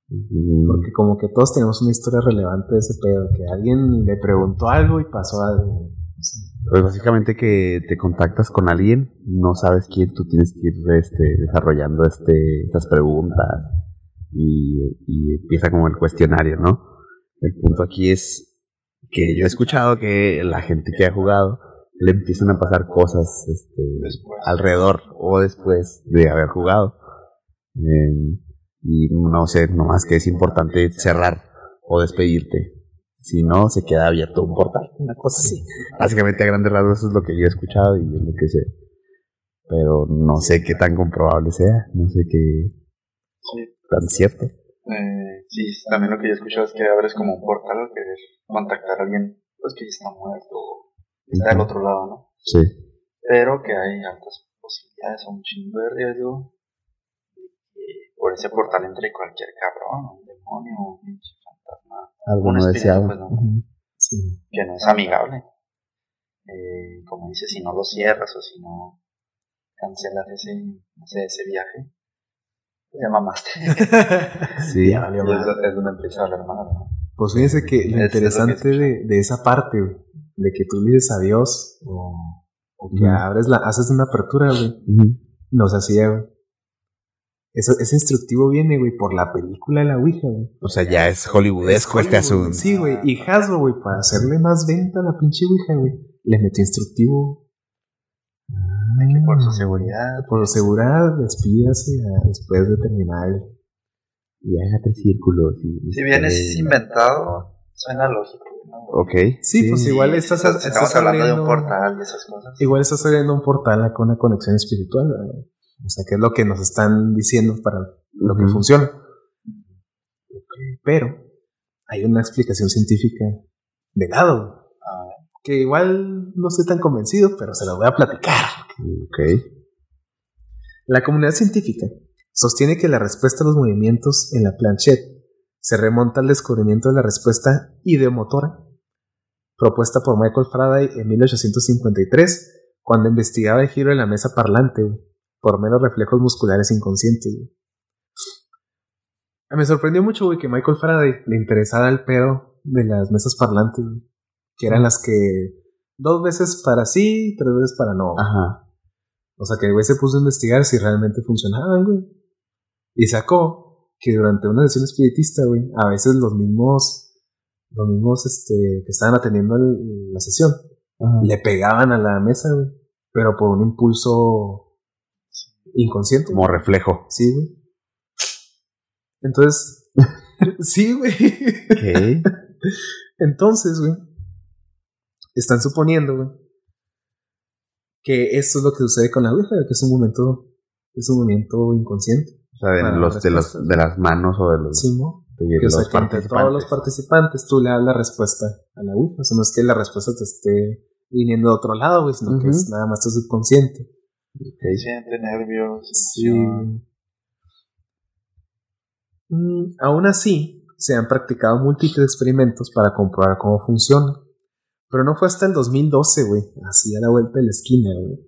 Mm, Porque como que todos tenemos una historia relevante de ese pedo, que alguien le preguntó algo y pasó algo. O sea, Pues básicamente que te contactas con alguien, no sabes quién, tú tienes que ir este, desarrollando este, estas preguntas y, y empieza como el cuestionario, ¿no? El punto aquí es que yo he escuchado que la gente que ha jugado le empiezan a pasar cosas este, Después. alrededor o después de haber jugado. Eh, y no sé, nomás que es importante cerrar o despedirte. Si no, se queda abierto un portal, una cosa así. Básicamente a grandes rasgos eso es lo que yo he escuchado y es lo que sé. Pero no sé qué tan comprobable sea, no sé qué Sí. tan cierto. Eh, sí, también lo que yo he escuchado es que abres como un portal al querer contactar a alguien pues que ya está muerto o está del otro lado, ¿no? Sí. Pero que hay altas posibilidades, un chingo de riesgo. Y por ese portal entre cualquier cabrón, un demonio, un pinche fantasma, Algo Un no espíritu, deseado. pues, ¿no? Ujú. sí. que no es amigable. Eh, como dices, si no lo cierras o si no cancelas ese, no sé, ese viaje, pues ya mamaste. Sí. Ya valió Y es, madre. do- es donde empieza a hablar mal, ¿no? Pues fíjense que Es- lo es interesante lo que de, de esa parte, güey, de que tú le dices adiós o, o que Ujú. abres la, haces una apertura, güey, Ujú. nos hacía, güey. Eso, ese instructivo viene, güey, por la película de la Ouija, güey. O sea, ya es hollywoodesco este asunto. Sí, güey. Y Hasbro, güey, para hacerle más venta a la pinche Ouija, güey, le metió instructivo. Ah, Por su seguridad. Por seguridad, despídase a- después de terminar. el- Y hágate círculos. y- Si bien es Eh, inventado, suena lógico. ¿no? Ok. Sí, pues igual Sí, estás, estamos estás hablando de abriendo- un portal y esas cosas. Igual estás abriendo un portal a una conexión espiritual. ¿verdad? O sea, que es lo que nos están diciendo para lo que Ujú. funciona. Pero hay una explicación científica de lado. güey, Ah, Que igual no estoy tan convencido, pero se lo voy a platicar. Ok. La comunidad científica sostiene que la respuesta a los movimientos en la planchette se remonta al descubrimiento de la respuesta ideomotora propuesta por Michael Faraday en 1853 cuando investigaba el giro de la mesa parlante güey, por meros reflejos musculares inconscientes. güey. Me sorprendió mucho güey, que Michael Faraday le interesara el pedo de las mesas parlantes, güey, que eran las que dos veces para sí, tres veces para no. Ajá. O sea que el güey se puso a investigar si realmente funcionaban, güey. Y sacó que durante una sesión espiritista, güey, a veces los mismos, los mismos, este, que estaban atendiendo el- la sesión, le pegaban a la mesa, güey. Pero por un impulso inconsciente. Como reflejo. Sí, güey. Entonces, sí, güey. Ok. Entonces, güey, están suponiendo, güey, que esto es lo que sucede con la Ouija, que es un momento, es un movimiento inconsciente, O sea, de, Para los, las de, los, respuestas. de las manos o de los, ¿sí, no? de Que, o sea, los que entre todos los participantes. participantes tú le das la respuesta a la Ouija, o sea, no es que la respuesta te esté viniendo de otro lado, güey, sino que Ujú. es nada más tu subconsciente. se siente nervios, Sí. emoción. Mm, aún así, se han practicado multitud de experimentos para comprobar cómo funciona. Pero no fue hasta el 2012, güey, así a la vuelta de la esquina, güey.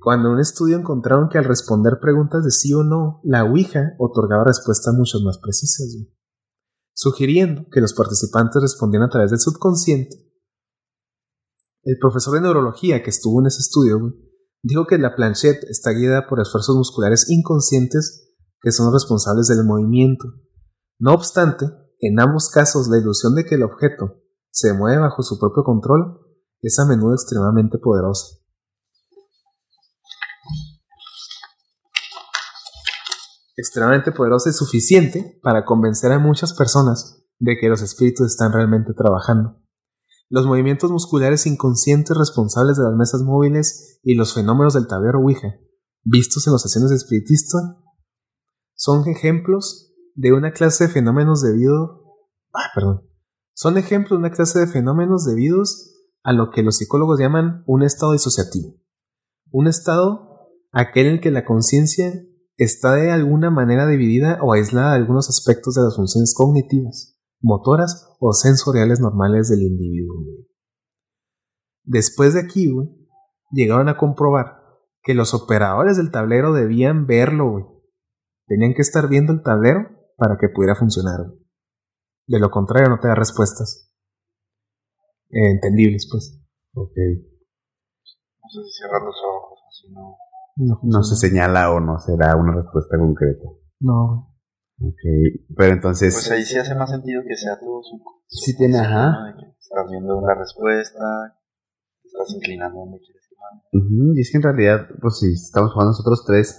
Cuando en un estudio encontraron que al responder preguntas de sí o no, la Ouija otorgaba respuestas mucho más precisas, güey. Sugiriendo que los participantes respondían a través del subconsciente. El profesor de neurología que estuvo en ese estudio, güey, dijo que la planchette está guiada por esfuerzos musculares inconscientes que son responsables del movimiento. No obstante, en ambos casos la ilusión de que el objeto se mueve bajo su propio control es a menudo extremadamente poderosa. Extremadamente poderosa y suficiente para convencer a muchas personas de que los espíritus están realmente trabajando. Los movimientos musculares inconscientes responsables de las mesas móviles y los fenómenos del tablero Ouija, vistos en las sesiones espiritistas, son ejemplos de una clase de fenómenos debido. Ah, perdón. Son ejemplos de una clase de fenómenos debidos a lo que los psicólogos llaman un estado disociativo. Un estado aquel en el que la conciencia está de alguna manera dividida o aislada de algunos aspectos de las funciones cognitivas, motoras o sensoriales normales del individuo. güey. Después de aquí, güey, llegaron a comprobar que los operadores del tablero debían verlo, güey. Tenían que estar viendo el tablero para que pudiera funcionar. güey. De lo contrario, no te da respuestas. Eh, entendibles, pues. Ok. No sé si cierras los ojos, así no. No, No se señala o no será una respuesta concreta. No. Ok. Pero entonces. Pues ahí sí hace más sentido que sea tu su, Sí tiene, ajá. ¿no? De que Estás viendo una respuesta, te estás inclinando donde quieres que vaya. Ujú, Y es que en realidad, pues si estamos jugando nosotros tres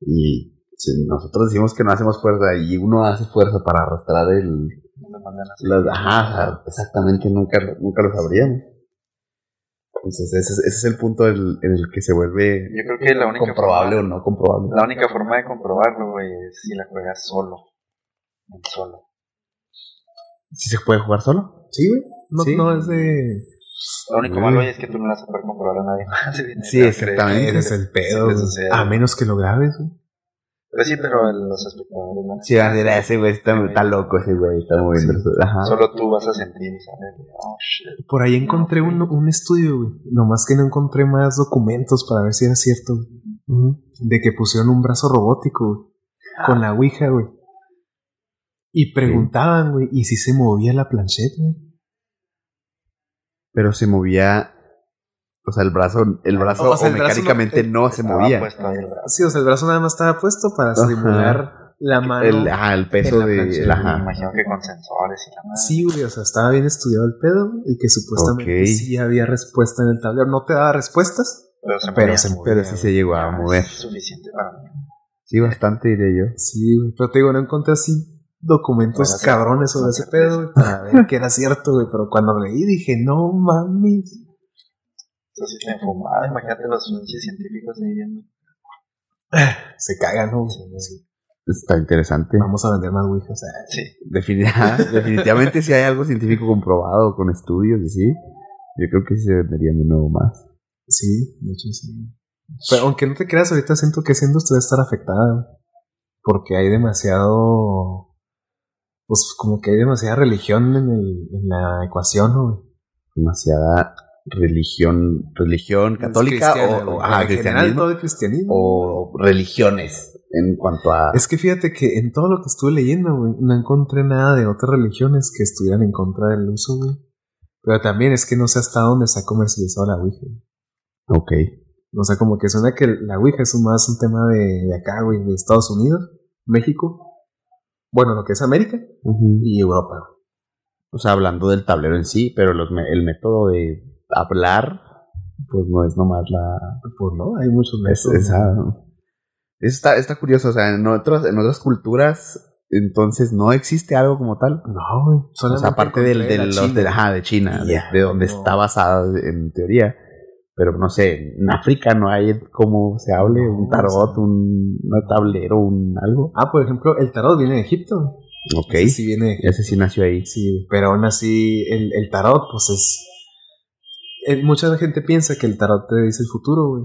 y si nosotros decimos que no hacemos fuerza y uno hace fuerza para arrastrar el... Donde mandan las- las- ajá, o sea, exactamente, nunca, nunca lo sabríamos. Entonces ese es, ese es el punto del- en el que se vuelve Yo creo que la única comprobable o forma, no comprobable. la única forma de comprobarlo, güey, es si la juegas solo. En solo. ¿Si se puede jugar solo? Sí, güey. No, Sí. no es de. Lo único Güey. malo ahí es que tú no la vas a poder comprobar a nadie más. Sí, exactamente. Ese es el pedo. Sí, güey. sí, sí. Ah. a menos que lo grabes, güey. Pues sí, pero los espectadores no. Sí, van a decir, "Ah, ese güey está, está loco, ese güey está moviendo. Sí. su- Ajá. Solo tú vas a sentir y saber, oh shit. Por Ah, ahí encontré un, un estudio, güey. Nomás que no encontré más documentos para ver si era cierto, güey. De que pusieron un brazo robótico, güey. Ah. Con la Ouija, güey. Y preguntaban, güey, ¿y si se movía la planchette, güey? Pero se movía... O sea, el brazo, el brazo O sea, el brazo no- o pues, mecánicamente no, se Estaba movía. puesto ahí el brazo. Sí, o sea, el brazo nada más estaba puesto para Ajá. simular la mano. el, ajá, el en peso la de... plancha. el- Me ajá. imagino que con sensores y la madre. Sí, güey, o sea, estaba bien estudiado el pedo güey, y que supuestamente Ok. sí había respuesta en el tablero. No te daba respuestas, pero se pero movía. se movía. Pero sí se llegó a Ah, mover. Es suficiente para mí. Sí, bastante, diría yo. Sí, güey, pero te digo, no encontré así documentos Bueno, sí, cabrones sobre con ese certeza. pedo, güey, para ver que era cierto, güey, pero cuando leí dije, no mames. Eso sí está enfumado. Imagínate los pinches científicos ahí viendo. Se cagan, ¿no? güey? Está interesante. Vamos a vender más ouijas. ah. Sí. Defini- definitivamente si hay algo científico comprobado con estudios y sí, yo creo que sí se vendería de nuevo más. Sí, de hecho sí. Pero aunque no te creas, ahorita siento que esa industria va a estar afectada, güey, porque hay demasiado, pues como que hay demasiada religión en, el- en la ecuación, ¿no, güey. Demasiada religión, religión católica Cristiana, o, o- güey. ajá, en general cristianismo todo el cristianismo. o religiones en cuanto a... Es que fíjate que en todo lo que estuve leyendo, güey, no encontré nada de otras religiones que estuvieran en contra del uso, güey. Pero también es que no sé hasta dónde se ha comercializado la Ouija. Ok, O sea, como que suena que la Ouija es un- más un tema de, de acá, güey, de Estados Unidos, México. Bueno, lo que es América y Europa. o sea, hablando del tablero en sí, pero los me- el método de hablar, pues no es nomás la, Pues no, hay muchos Es- métodos. es- ah, no. Eso está, está curioso, o sea, en, otros, en otras culturas entonces no existe algo como tal. No, güey. O sea, solamente aparte del, encontré del, la los China. del- ajá, de China, de- Ya, de, donde no. está basada en teoría. Pero no sé, en África no hay como se hable No, un tarot, o sea. un, un tablero, un algo. Ah, por ejemplo, el tarot viene de Egipto. güey. Ok, Ese sí viene de Egipto. ese sí nació ahí. Sí, güey, pero aún así el, el tarot, pues es... eh, mucha gente piensa que el tarot te dice el futuro, güey.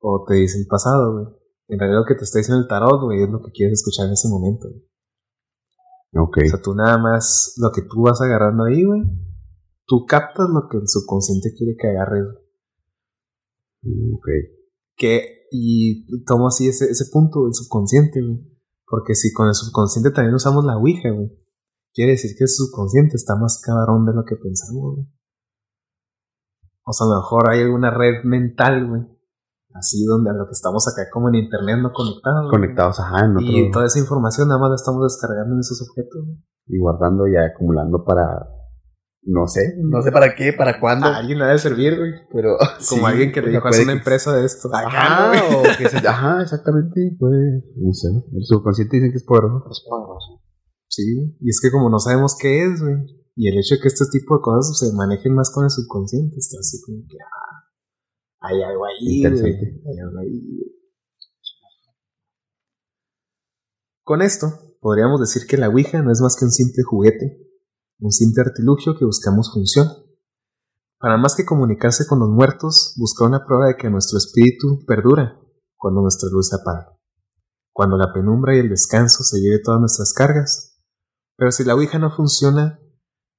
O te dice el pasado, güey. En realidad lo que te está diciendo el tarot, güey, es lo que quieres escuchar en ese momento. güey. Ok, O sea, tú nada más lo que tú vas agarrando ahí, güey. Tú captas lo que el subconsciente quiere que agarres. güey. ok. Que, y tomo así ese, ese punto del subconsciente, güey. Porque si con el subconsciente también usamos la Ouija, güey. Quiere decir que el subconsciente está más cabrón de lo que pensamos, güey. O sea, a lo mejor hay alguna red mental, güey. Así donde a lo que estamos acá como en internet no conectados. güey. Conectados, ajá, en otro- Y toda esa información nada más la estamos descargando en esos objetos, güey. y guardando y acumulando para... No sé, no sé para qué, para cuándo. A Ah, alguien le ha de servir, güey. pero Como sí, alguien que o le sea, dijo, puede haz una que- empresa de esto. Acá, Ajá, güey. o que se- ajá, exactamente, pues, no sé, el subconsciente dicen que es poderoso. Es poderoso. Sí, güey. y es que como no sabemos qué es, güey. Y el hecho de que este tipo de cosas se manejen más con el subconsciente, está así como que, ah, hay algo ahí, güey. Interesante. Hay algo ahí, güey. Con esto, podríamos decir que la Ouija no es más que un simple juguete, un simple artilugio que buscamos función. Para más que comunicarse con los muertos, buscar una prueba de que nuestro espíritu perdura cuando nuestra luz se apaga, cuando la penumbra y el descanso se lleve todas nuestras cargas. Pero si la Ouija no funciona,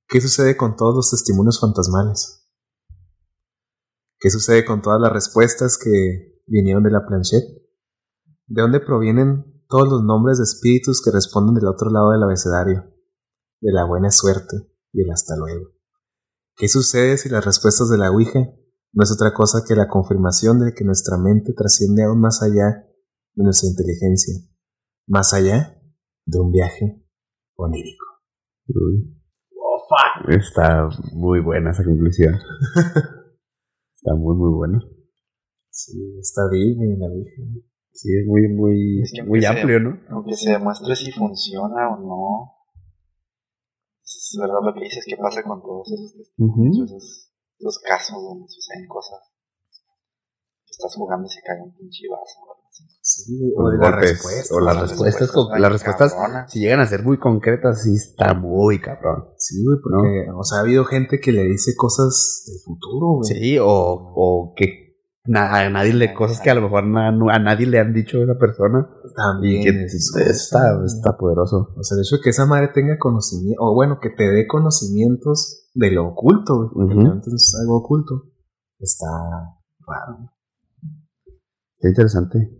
¿qué sucede con todos los testimonios fantasmales? ¿Qué sucede con todas las respuestas que vinieron de la planchette? ¿De dónde provienen todos los nombres de espíritus que responden del otro lado del abecedario? De la buena suerte y el hasta luego. ¿Qué sucede si las respuestas de la Ouija no es otra cosa que la confirmación de que nuestra mente trasciende aún más allá de nuestra inteligencia, más allá de un viaje onírico? Uy. Está muy buena esa conclusión. Está muy, muy buena. Sí, está bien, güey, la Ouija. Sí, es muy, muy, Es que muy aunque sea- amplio, ¿no? Aunque se demuestre si funciona o no. Es verdad lo que dices que pasa con todos esos Ujú. esos, los casos donde suceden cosas. Estás jugando y se cae un pinche vaso. o algo así. Sí, güey, o Los de las golpes, respuestas. o las respuestas, con- Ay, las respuestas, cabrona. si llegan a ser muy concretas, sí está muy cabrón. Sí, güey, porque, o sea, ha habido gente que le dice cosas del futuro, güey. Sí, o, o que na- a nadie le cosas que a lo mejor na- a nadie le han dicho a esa persona y También. que es- está, está poderoso. O sea, el hecho de que esa madre tenga conocimiento, o bueno, que te dé conocimientos de lo oculto, güey, porque Ujú. realmente es algo oculto, está raro. Está interesante.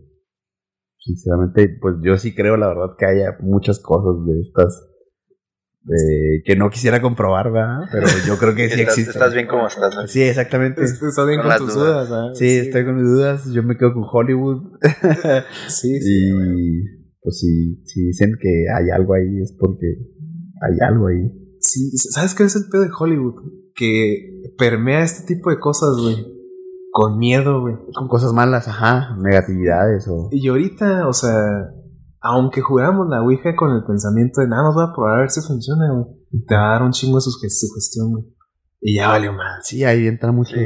Sinceramente, pues yo sí creo, la verdad, que haya muchas cosas de estas eh, que no quisiera comprobar, ¿verdad? Pero yo creo que sí estás, existen. estás bien como estás. ¿eh? Sí, exactamente. Es- Estás bien Con con las tus dudas, dudas. ¿sabes? Sí, estoy con mis dudas. Yo me quedo con Hollywood. Sí, sí. y pues si, si dicen que hay algo ahí, es porque hay algo ahí. Sí, ¿sabes qué es el pedo de Hollywood? Que permea este tipo de cosas, güey. Con miedo, güey. Con cosas malas, ajá. Negatividades o. Y ahorita, o sea, aunque jugáramos la Ouija con el pensamiento de nada más voy a probar a ver si funciona, güey. Te va a dar un chingo de suge- sugestión, güey. Y ya valió más. Sí, ahí entra mucho. Sí.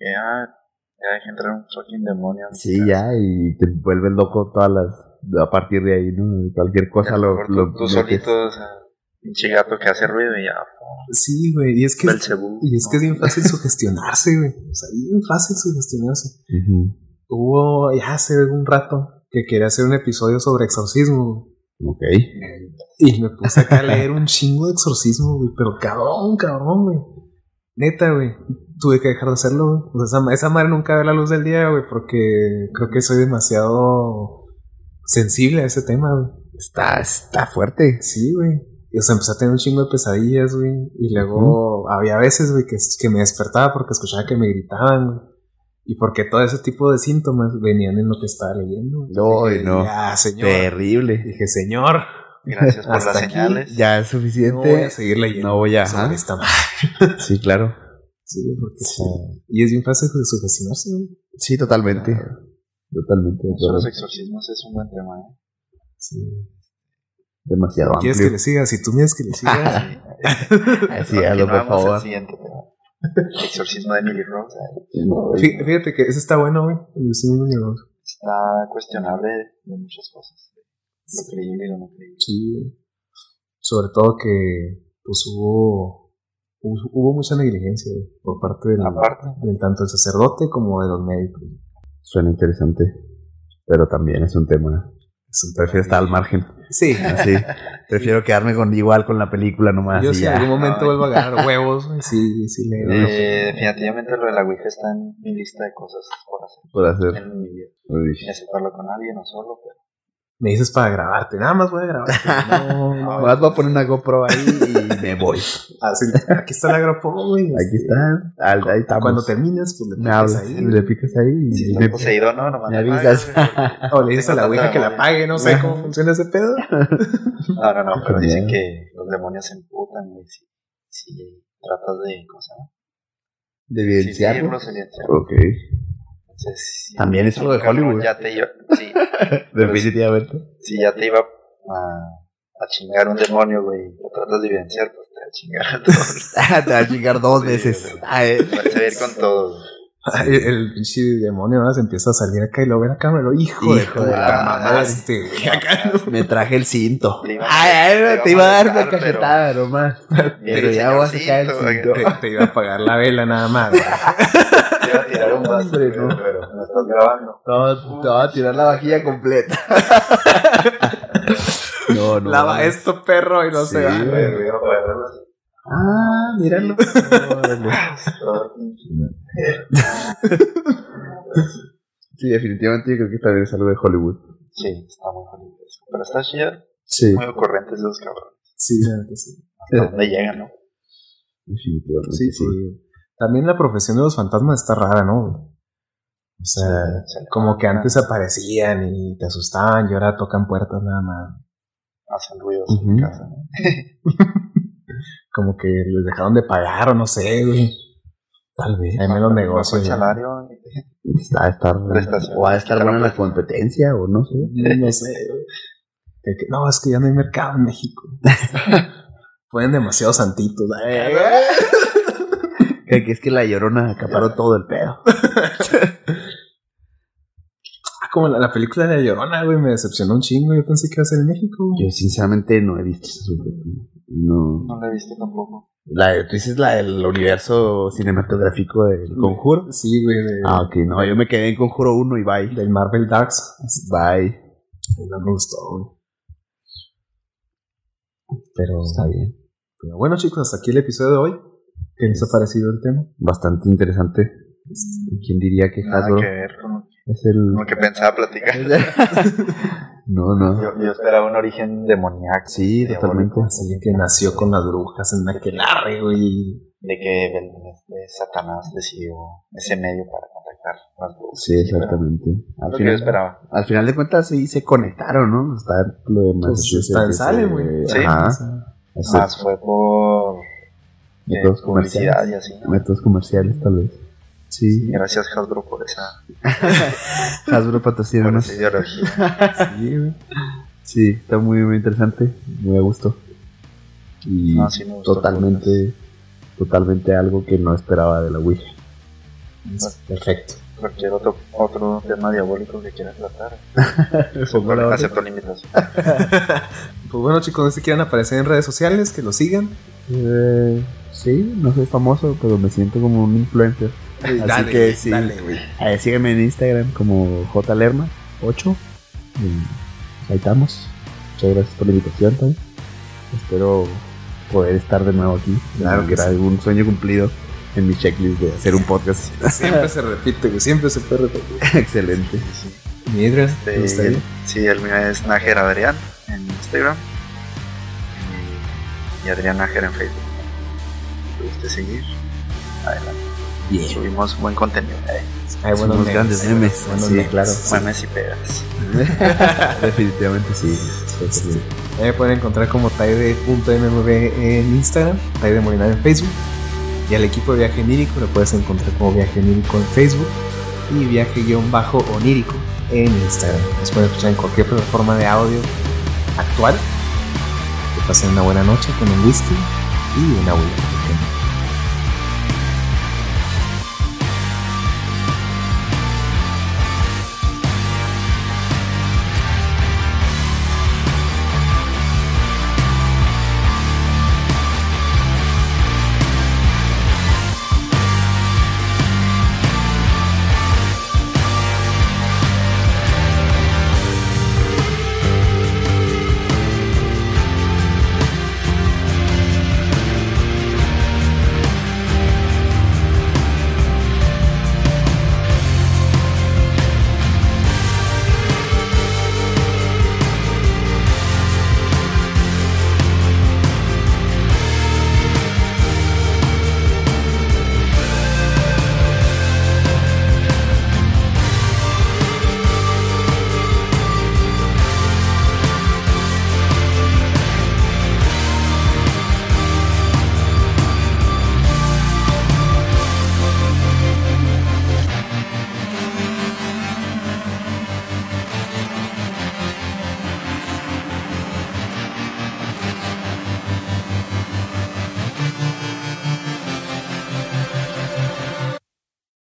Ya, ya dejé entrar un fucking demonio. Sí, ya, y te vuelves loco todas las. A partir de ahí, ¿no? Cualquier Ya, cosa lo. por lo- tú, tú lo que- solito, o sea, pinche gato que hace ruido y ya. po, Sí, güey. Y es que, Belcebú, y es, que es ¿no? bien fácil sugestionarse, güey. O sea, bien fácil sugestionarse. Ujú, Hubo ya hace un rato que quería hacer un episodio sobre exorcismo. güey. Ok. Y me puse acá a leer un chingo de exorcismo, güey. Pero cabrón, cabrón, güey. Neta, güey. Tuve que dejar de hacerlo, güey. O sea, esa, esa madre nunca ve la luz del día, güey. Porque creo que soy demasiado sensible a ese tema, güey. Está, está fuerte. Sí, güey. Y o sea, empecé a tener un chingo de pesadillas, güey. Y luego había veces, güey, que, que me despertaba porque escuchaba que me gritaban, güey. Y porque todo ese tipo de síntomas venían en lo que estaba leyendo. güey. No, Dije, no. Ya, señor. Terrible. ah, Dije, señor. Gracias por Hasta las aquí, señales. Ya es No voy a suficiente. seguir leyendo. No voy a. sobre ajá. esta madre. Sí, claro. Sí, porque Sí. sí. Y es bien fácil de sugestionarse, güey. Sí, totalmente. Totalmente. de Eso de acuerdo. Los exorcismos es un buen tema. ¿eh? Sí. Demasiado ¿Quieres amplio. que le siga? Si tú me que le siga. Sí. Así, hazlo, por Continuamos al favor. siguiente tema. El exorcismo de Emily Rose. ¿eh? Fí- Fíjate que ese está bueno, güey. El sueño de este los- está cuestionable de muchas cosas. Lo creíble y lo no creíble. Sí, güey. Sobre todo que, pues hubo. hu- Hubo mucha negligencia, güey, por parte del, Aparte, del tanto del sacerdote como de los médicos. Suena interesante. Pero también es un tema. Es un Prefiero estar al margen. Sí. Así. Prefiero quedarme con igual con la película nomás. Yo y si en ya. algún momento Ay. vuelvo a ganar huevos, güey, sí, sí le Sí. eh, definitivamente lo de la Ouija está en mi lista de cosas por hacer Por hacer. en mi vida. Uy. Y hacerlo con alguien o solo, pero Me dices para grabarte, nada más voy a grabar. No, no, Nomás voy a poner una GoPro ahí y me voy. así- Ah, aquí está la grapo, güey. Aquí está. Al, ahí estamos. Cuando termines, pues le me pones hablas, ahí. le picas ahí y si me, está poseído, no, nomás me no, avisas. O le dices a la Tengo Ouija tanta que la memoria. pague, no sé cómo funciona ese pedo. No, no, no, pero Con dicen miedo. que los demonios se emputan, güey. Si, si tratas de, ¿cómo se llama? De Si evidenciarlo. seguirlos, evidenciarlos. Ok. Entonces, si- También es algo de cabrón, Hollywood. Ya te iba, sí, Definitivamente. si ya te iba a, a chingar un demonio, güey, y lo tratas de evidenciar, pues te va a chingar a todos. Te va a chingar dos Sí, veces. güey. Ah, eh. Vas a ver con todo. güey. Ay, el pinche demonio ahora se empieza a salir acá y lo ve la cámara. lo- Hijo de Hijo de puta, este, la madre. mamaste, güey. Acá no. Me traje el cinto. Le iba a- Ay, le ay, iba te a iba a dar una molestar, pero- cachetada nomás. Pero ya voy a sacar el cinto. Te, te iba a pagar la vela nada más. güey. Te iba a tirar un vaso, Hombre, pero, no. pero no estás grabando. Te va- te va a tirar la vajilla completa. No, no. Lava mames. esto, perro, y no se Sí, va. güey. Pero iba a apagarlo así, Ah, míralo. Órale. todo. Sí, definitivamente yo creo que también es algo de Hollywood. Sí, está muy bonito. eso. Pero está chida. Sí. Muy ocurrentes esos cabrones. Sí, la neta, sí. Hasta dónde llegan, ¿no? Definitivamente. Sí, sí. También la profesión de los fantasmas está rara, ¿no? güey? O sea, Ah. Se le como que antes aparecían y te asustaban y ahora tocan puertas nada más. hacen ruidos Ujú. en casa. ¿no? Como que les dejaron de pagar o no sé, güey. Tal vez. Hay menos Bajo negocios. el ya. salario. Está, a estar, Prestaciones. o va a estar buena la competencia, o no sé. No sé, güey. Que- que, No, es que ya no hay mercado en México. Ponen demasiados santitos. Eh. ay, ay. Que que es que la llorona acaparó todo el pedo. Ah, como la, la película de La Llorona, güey, me decepcionó un chingo. Yo pensé que iba a ser en México, güey. Yo sinceramente no he visto esa película. No. No lo he visto tampoco. La de, tú dices la del universo cinematográfico del conjuro. Sí, güey, de- Ah, ok, no, yo me quedé en conjuro 1 y bye. del Marvel Darks. Bye. No me gustó, güey. Pero, Está bien. pero bueno, chicos, hasta aquí el episodio de hoy. ¿Qué les ha parecido el tema? Bastante interesante. ¿Quién diría que Nada Hasbro que ver con lo- es el. con lo que pensaba platicar. no, no. Yo, yo esperaba un origen demoníaco. Sí, totalmente. Así que nació con las brujas en Aquelarre, güey. De que el- este Satanás decidió ese medio para contactar las brujas. Sí, exactamente. Pero Al Lo que yo final, esperaba. al final de cuentas sí se conectaron, ¿no? Está lo de Pues Massachusetts, está en Salem, eh, güey. Sí. O Ajá. sea, Hacer Más fue por eh, métodos publicidad comerciales. y así. ¿no? Métodos comerciales, tal vez. Sí. Gracias Hasbro por esa, Hasbro por patrocina. esa ideología. Sí, güey. Sí, está muy, muy interesante. Muy a gusto. Y No, sí me gustó totalmente, totalmente algo que no esperaba de la Ouija. es perfecto. Cualquier otro, otro tema diabólico que quieras tratar. Pongo la orden. Acepto la invitación. Ah, Pues bueno, chicos, no se quieran aparecer en redes sociales, que lo sigan. Eh, sí, no soy famoso, pero me siento como un influencer. Así Dale, que sí. dale, güey. Eh, síganme en Instagram como jlerma8. Y Ahí estamos. Muchas gracias por la invitación también. Espero poder estar de nuevo aquí. Claro que Era sí. algún sueño cumplido en mi checklist de hacer un podcast. Siempre se repite, güey. Siempre se puede repetir. Excelente. Sí, sí. Mi Adrián, Este, ¿te eh? gustaría? sí, el mío es Najer Adrián en Instagram. Y, y Adrián Najer en Facebook. ¿Pudiste seguir? Adelante. Bien. Subimos buen contenido. eh. Hay buenos Somos memes, grandes hay memes. buenos Sí, memes. claro. Mames y pegas. Definitivamente sí. Este, ahí me pueden encontrar como taide.mv en Instagram, taide Molinar en Facebook. Y al equipo de viaje onírico lo puedes encontrar como viaje onírico en Facebook y viaje-onírico en Instagram. Nos pueden escuchar en cualquier plataforma de audio actual. Que pasen una buena noche con un whisky y una huila.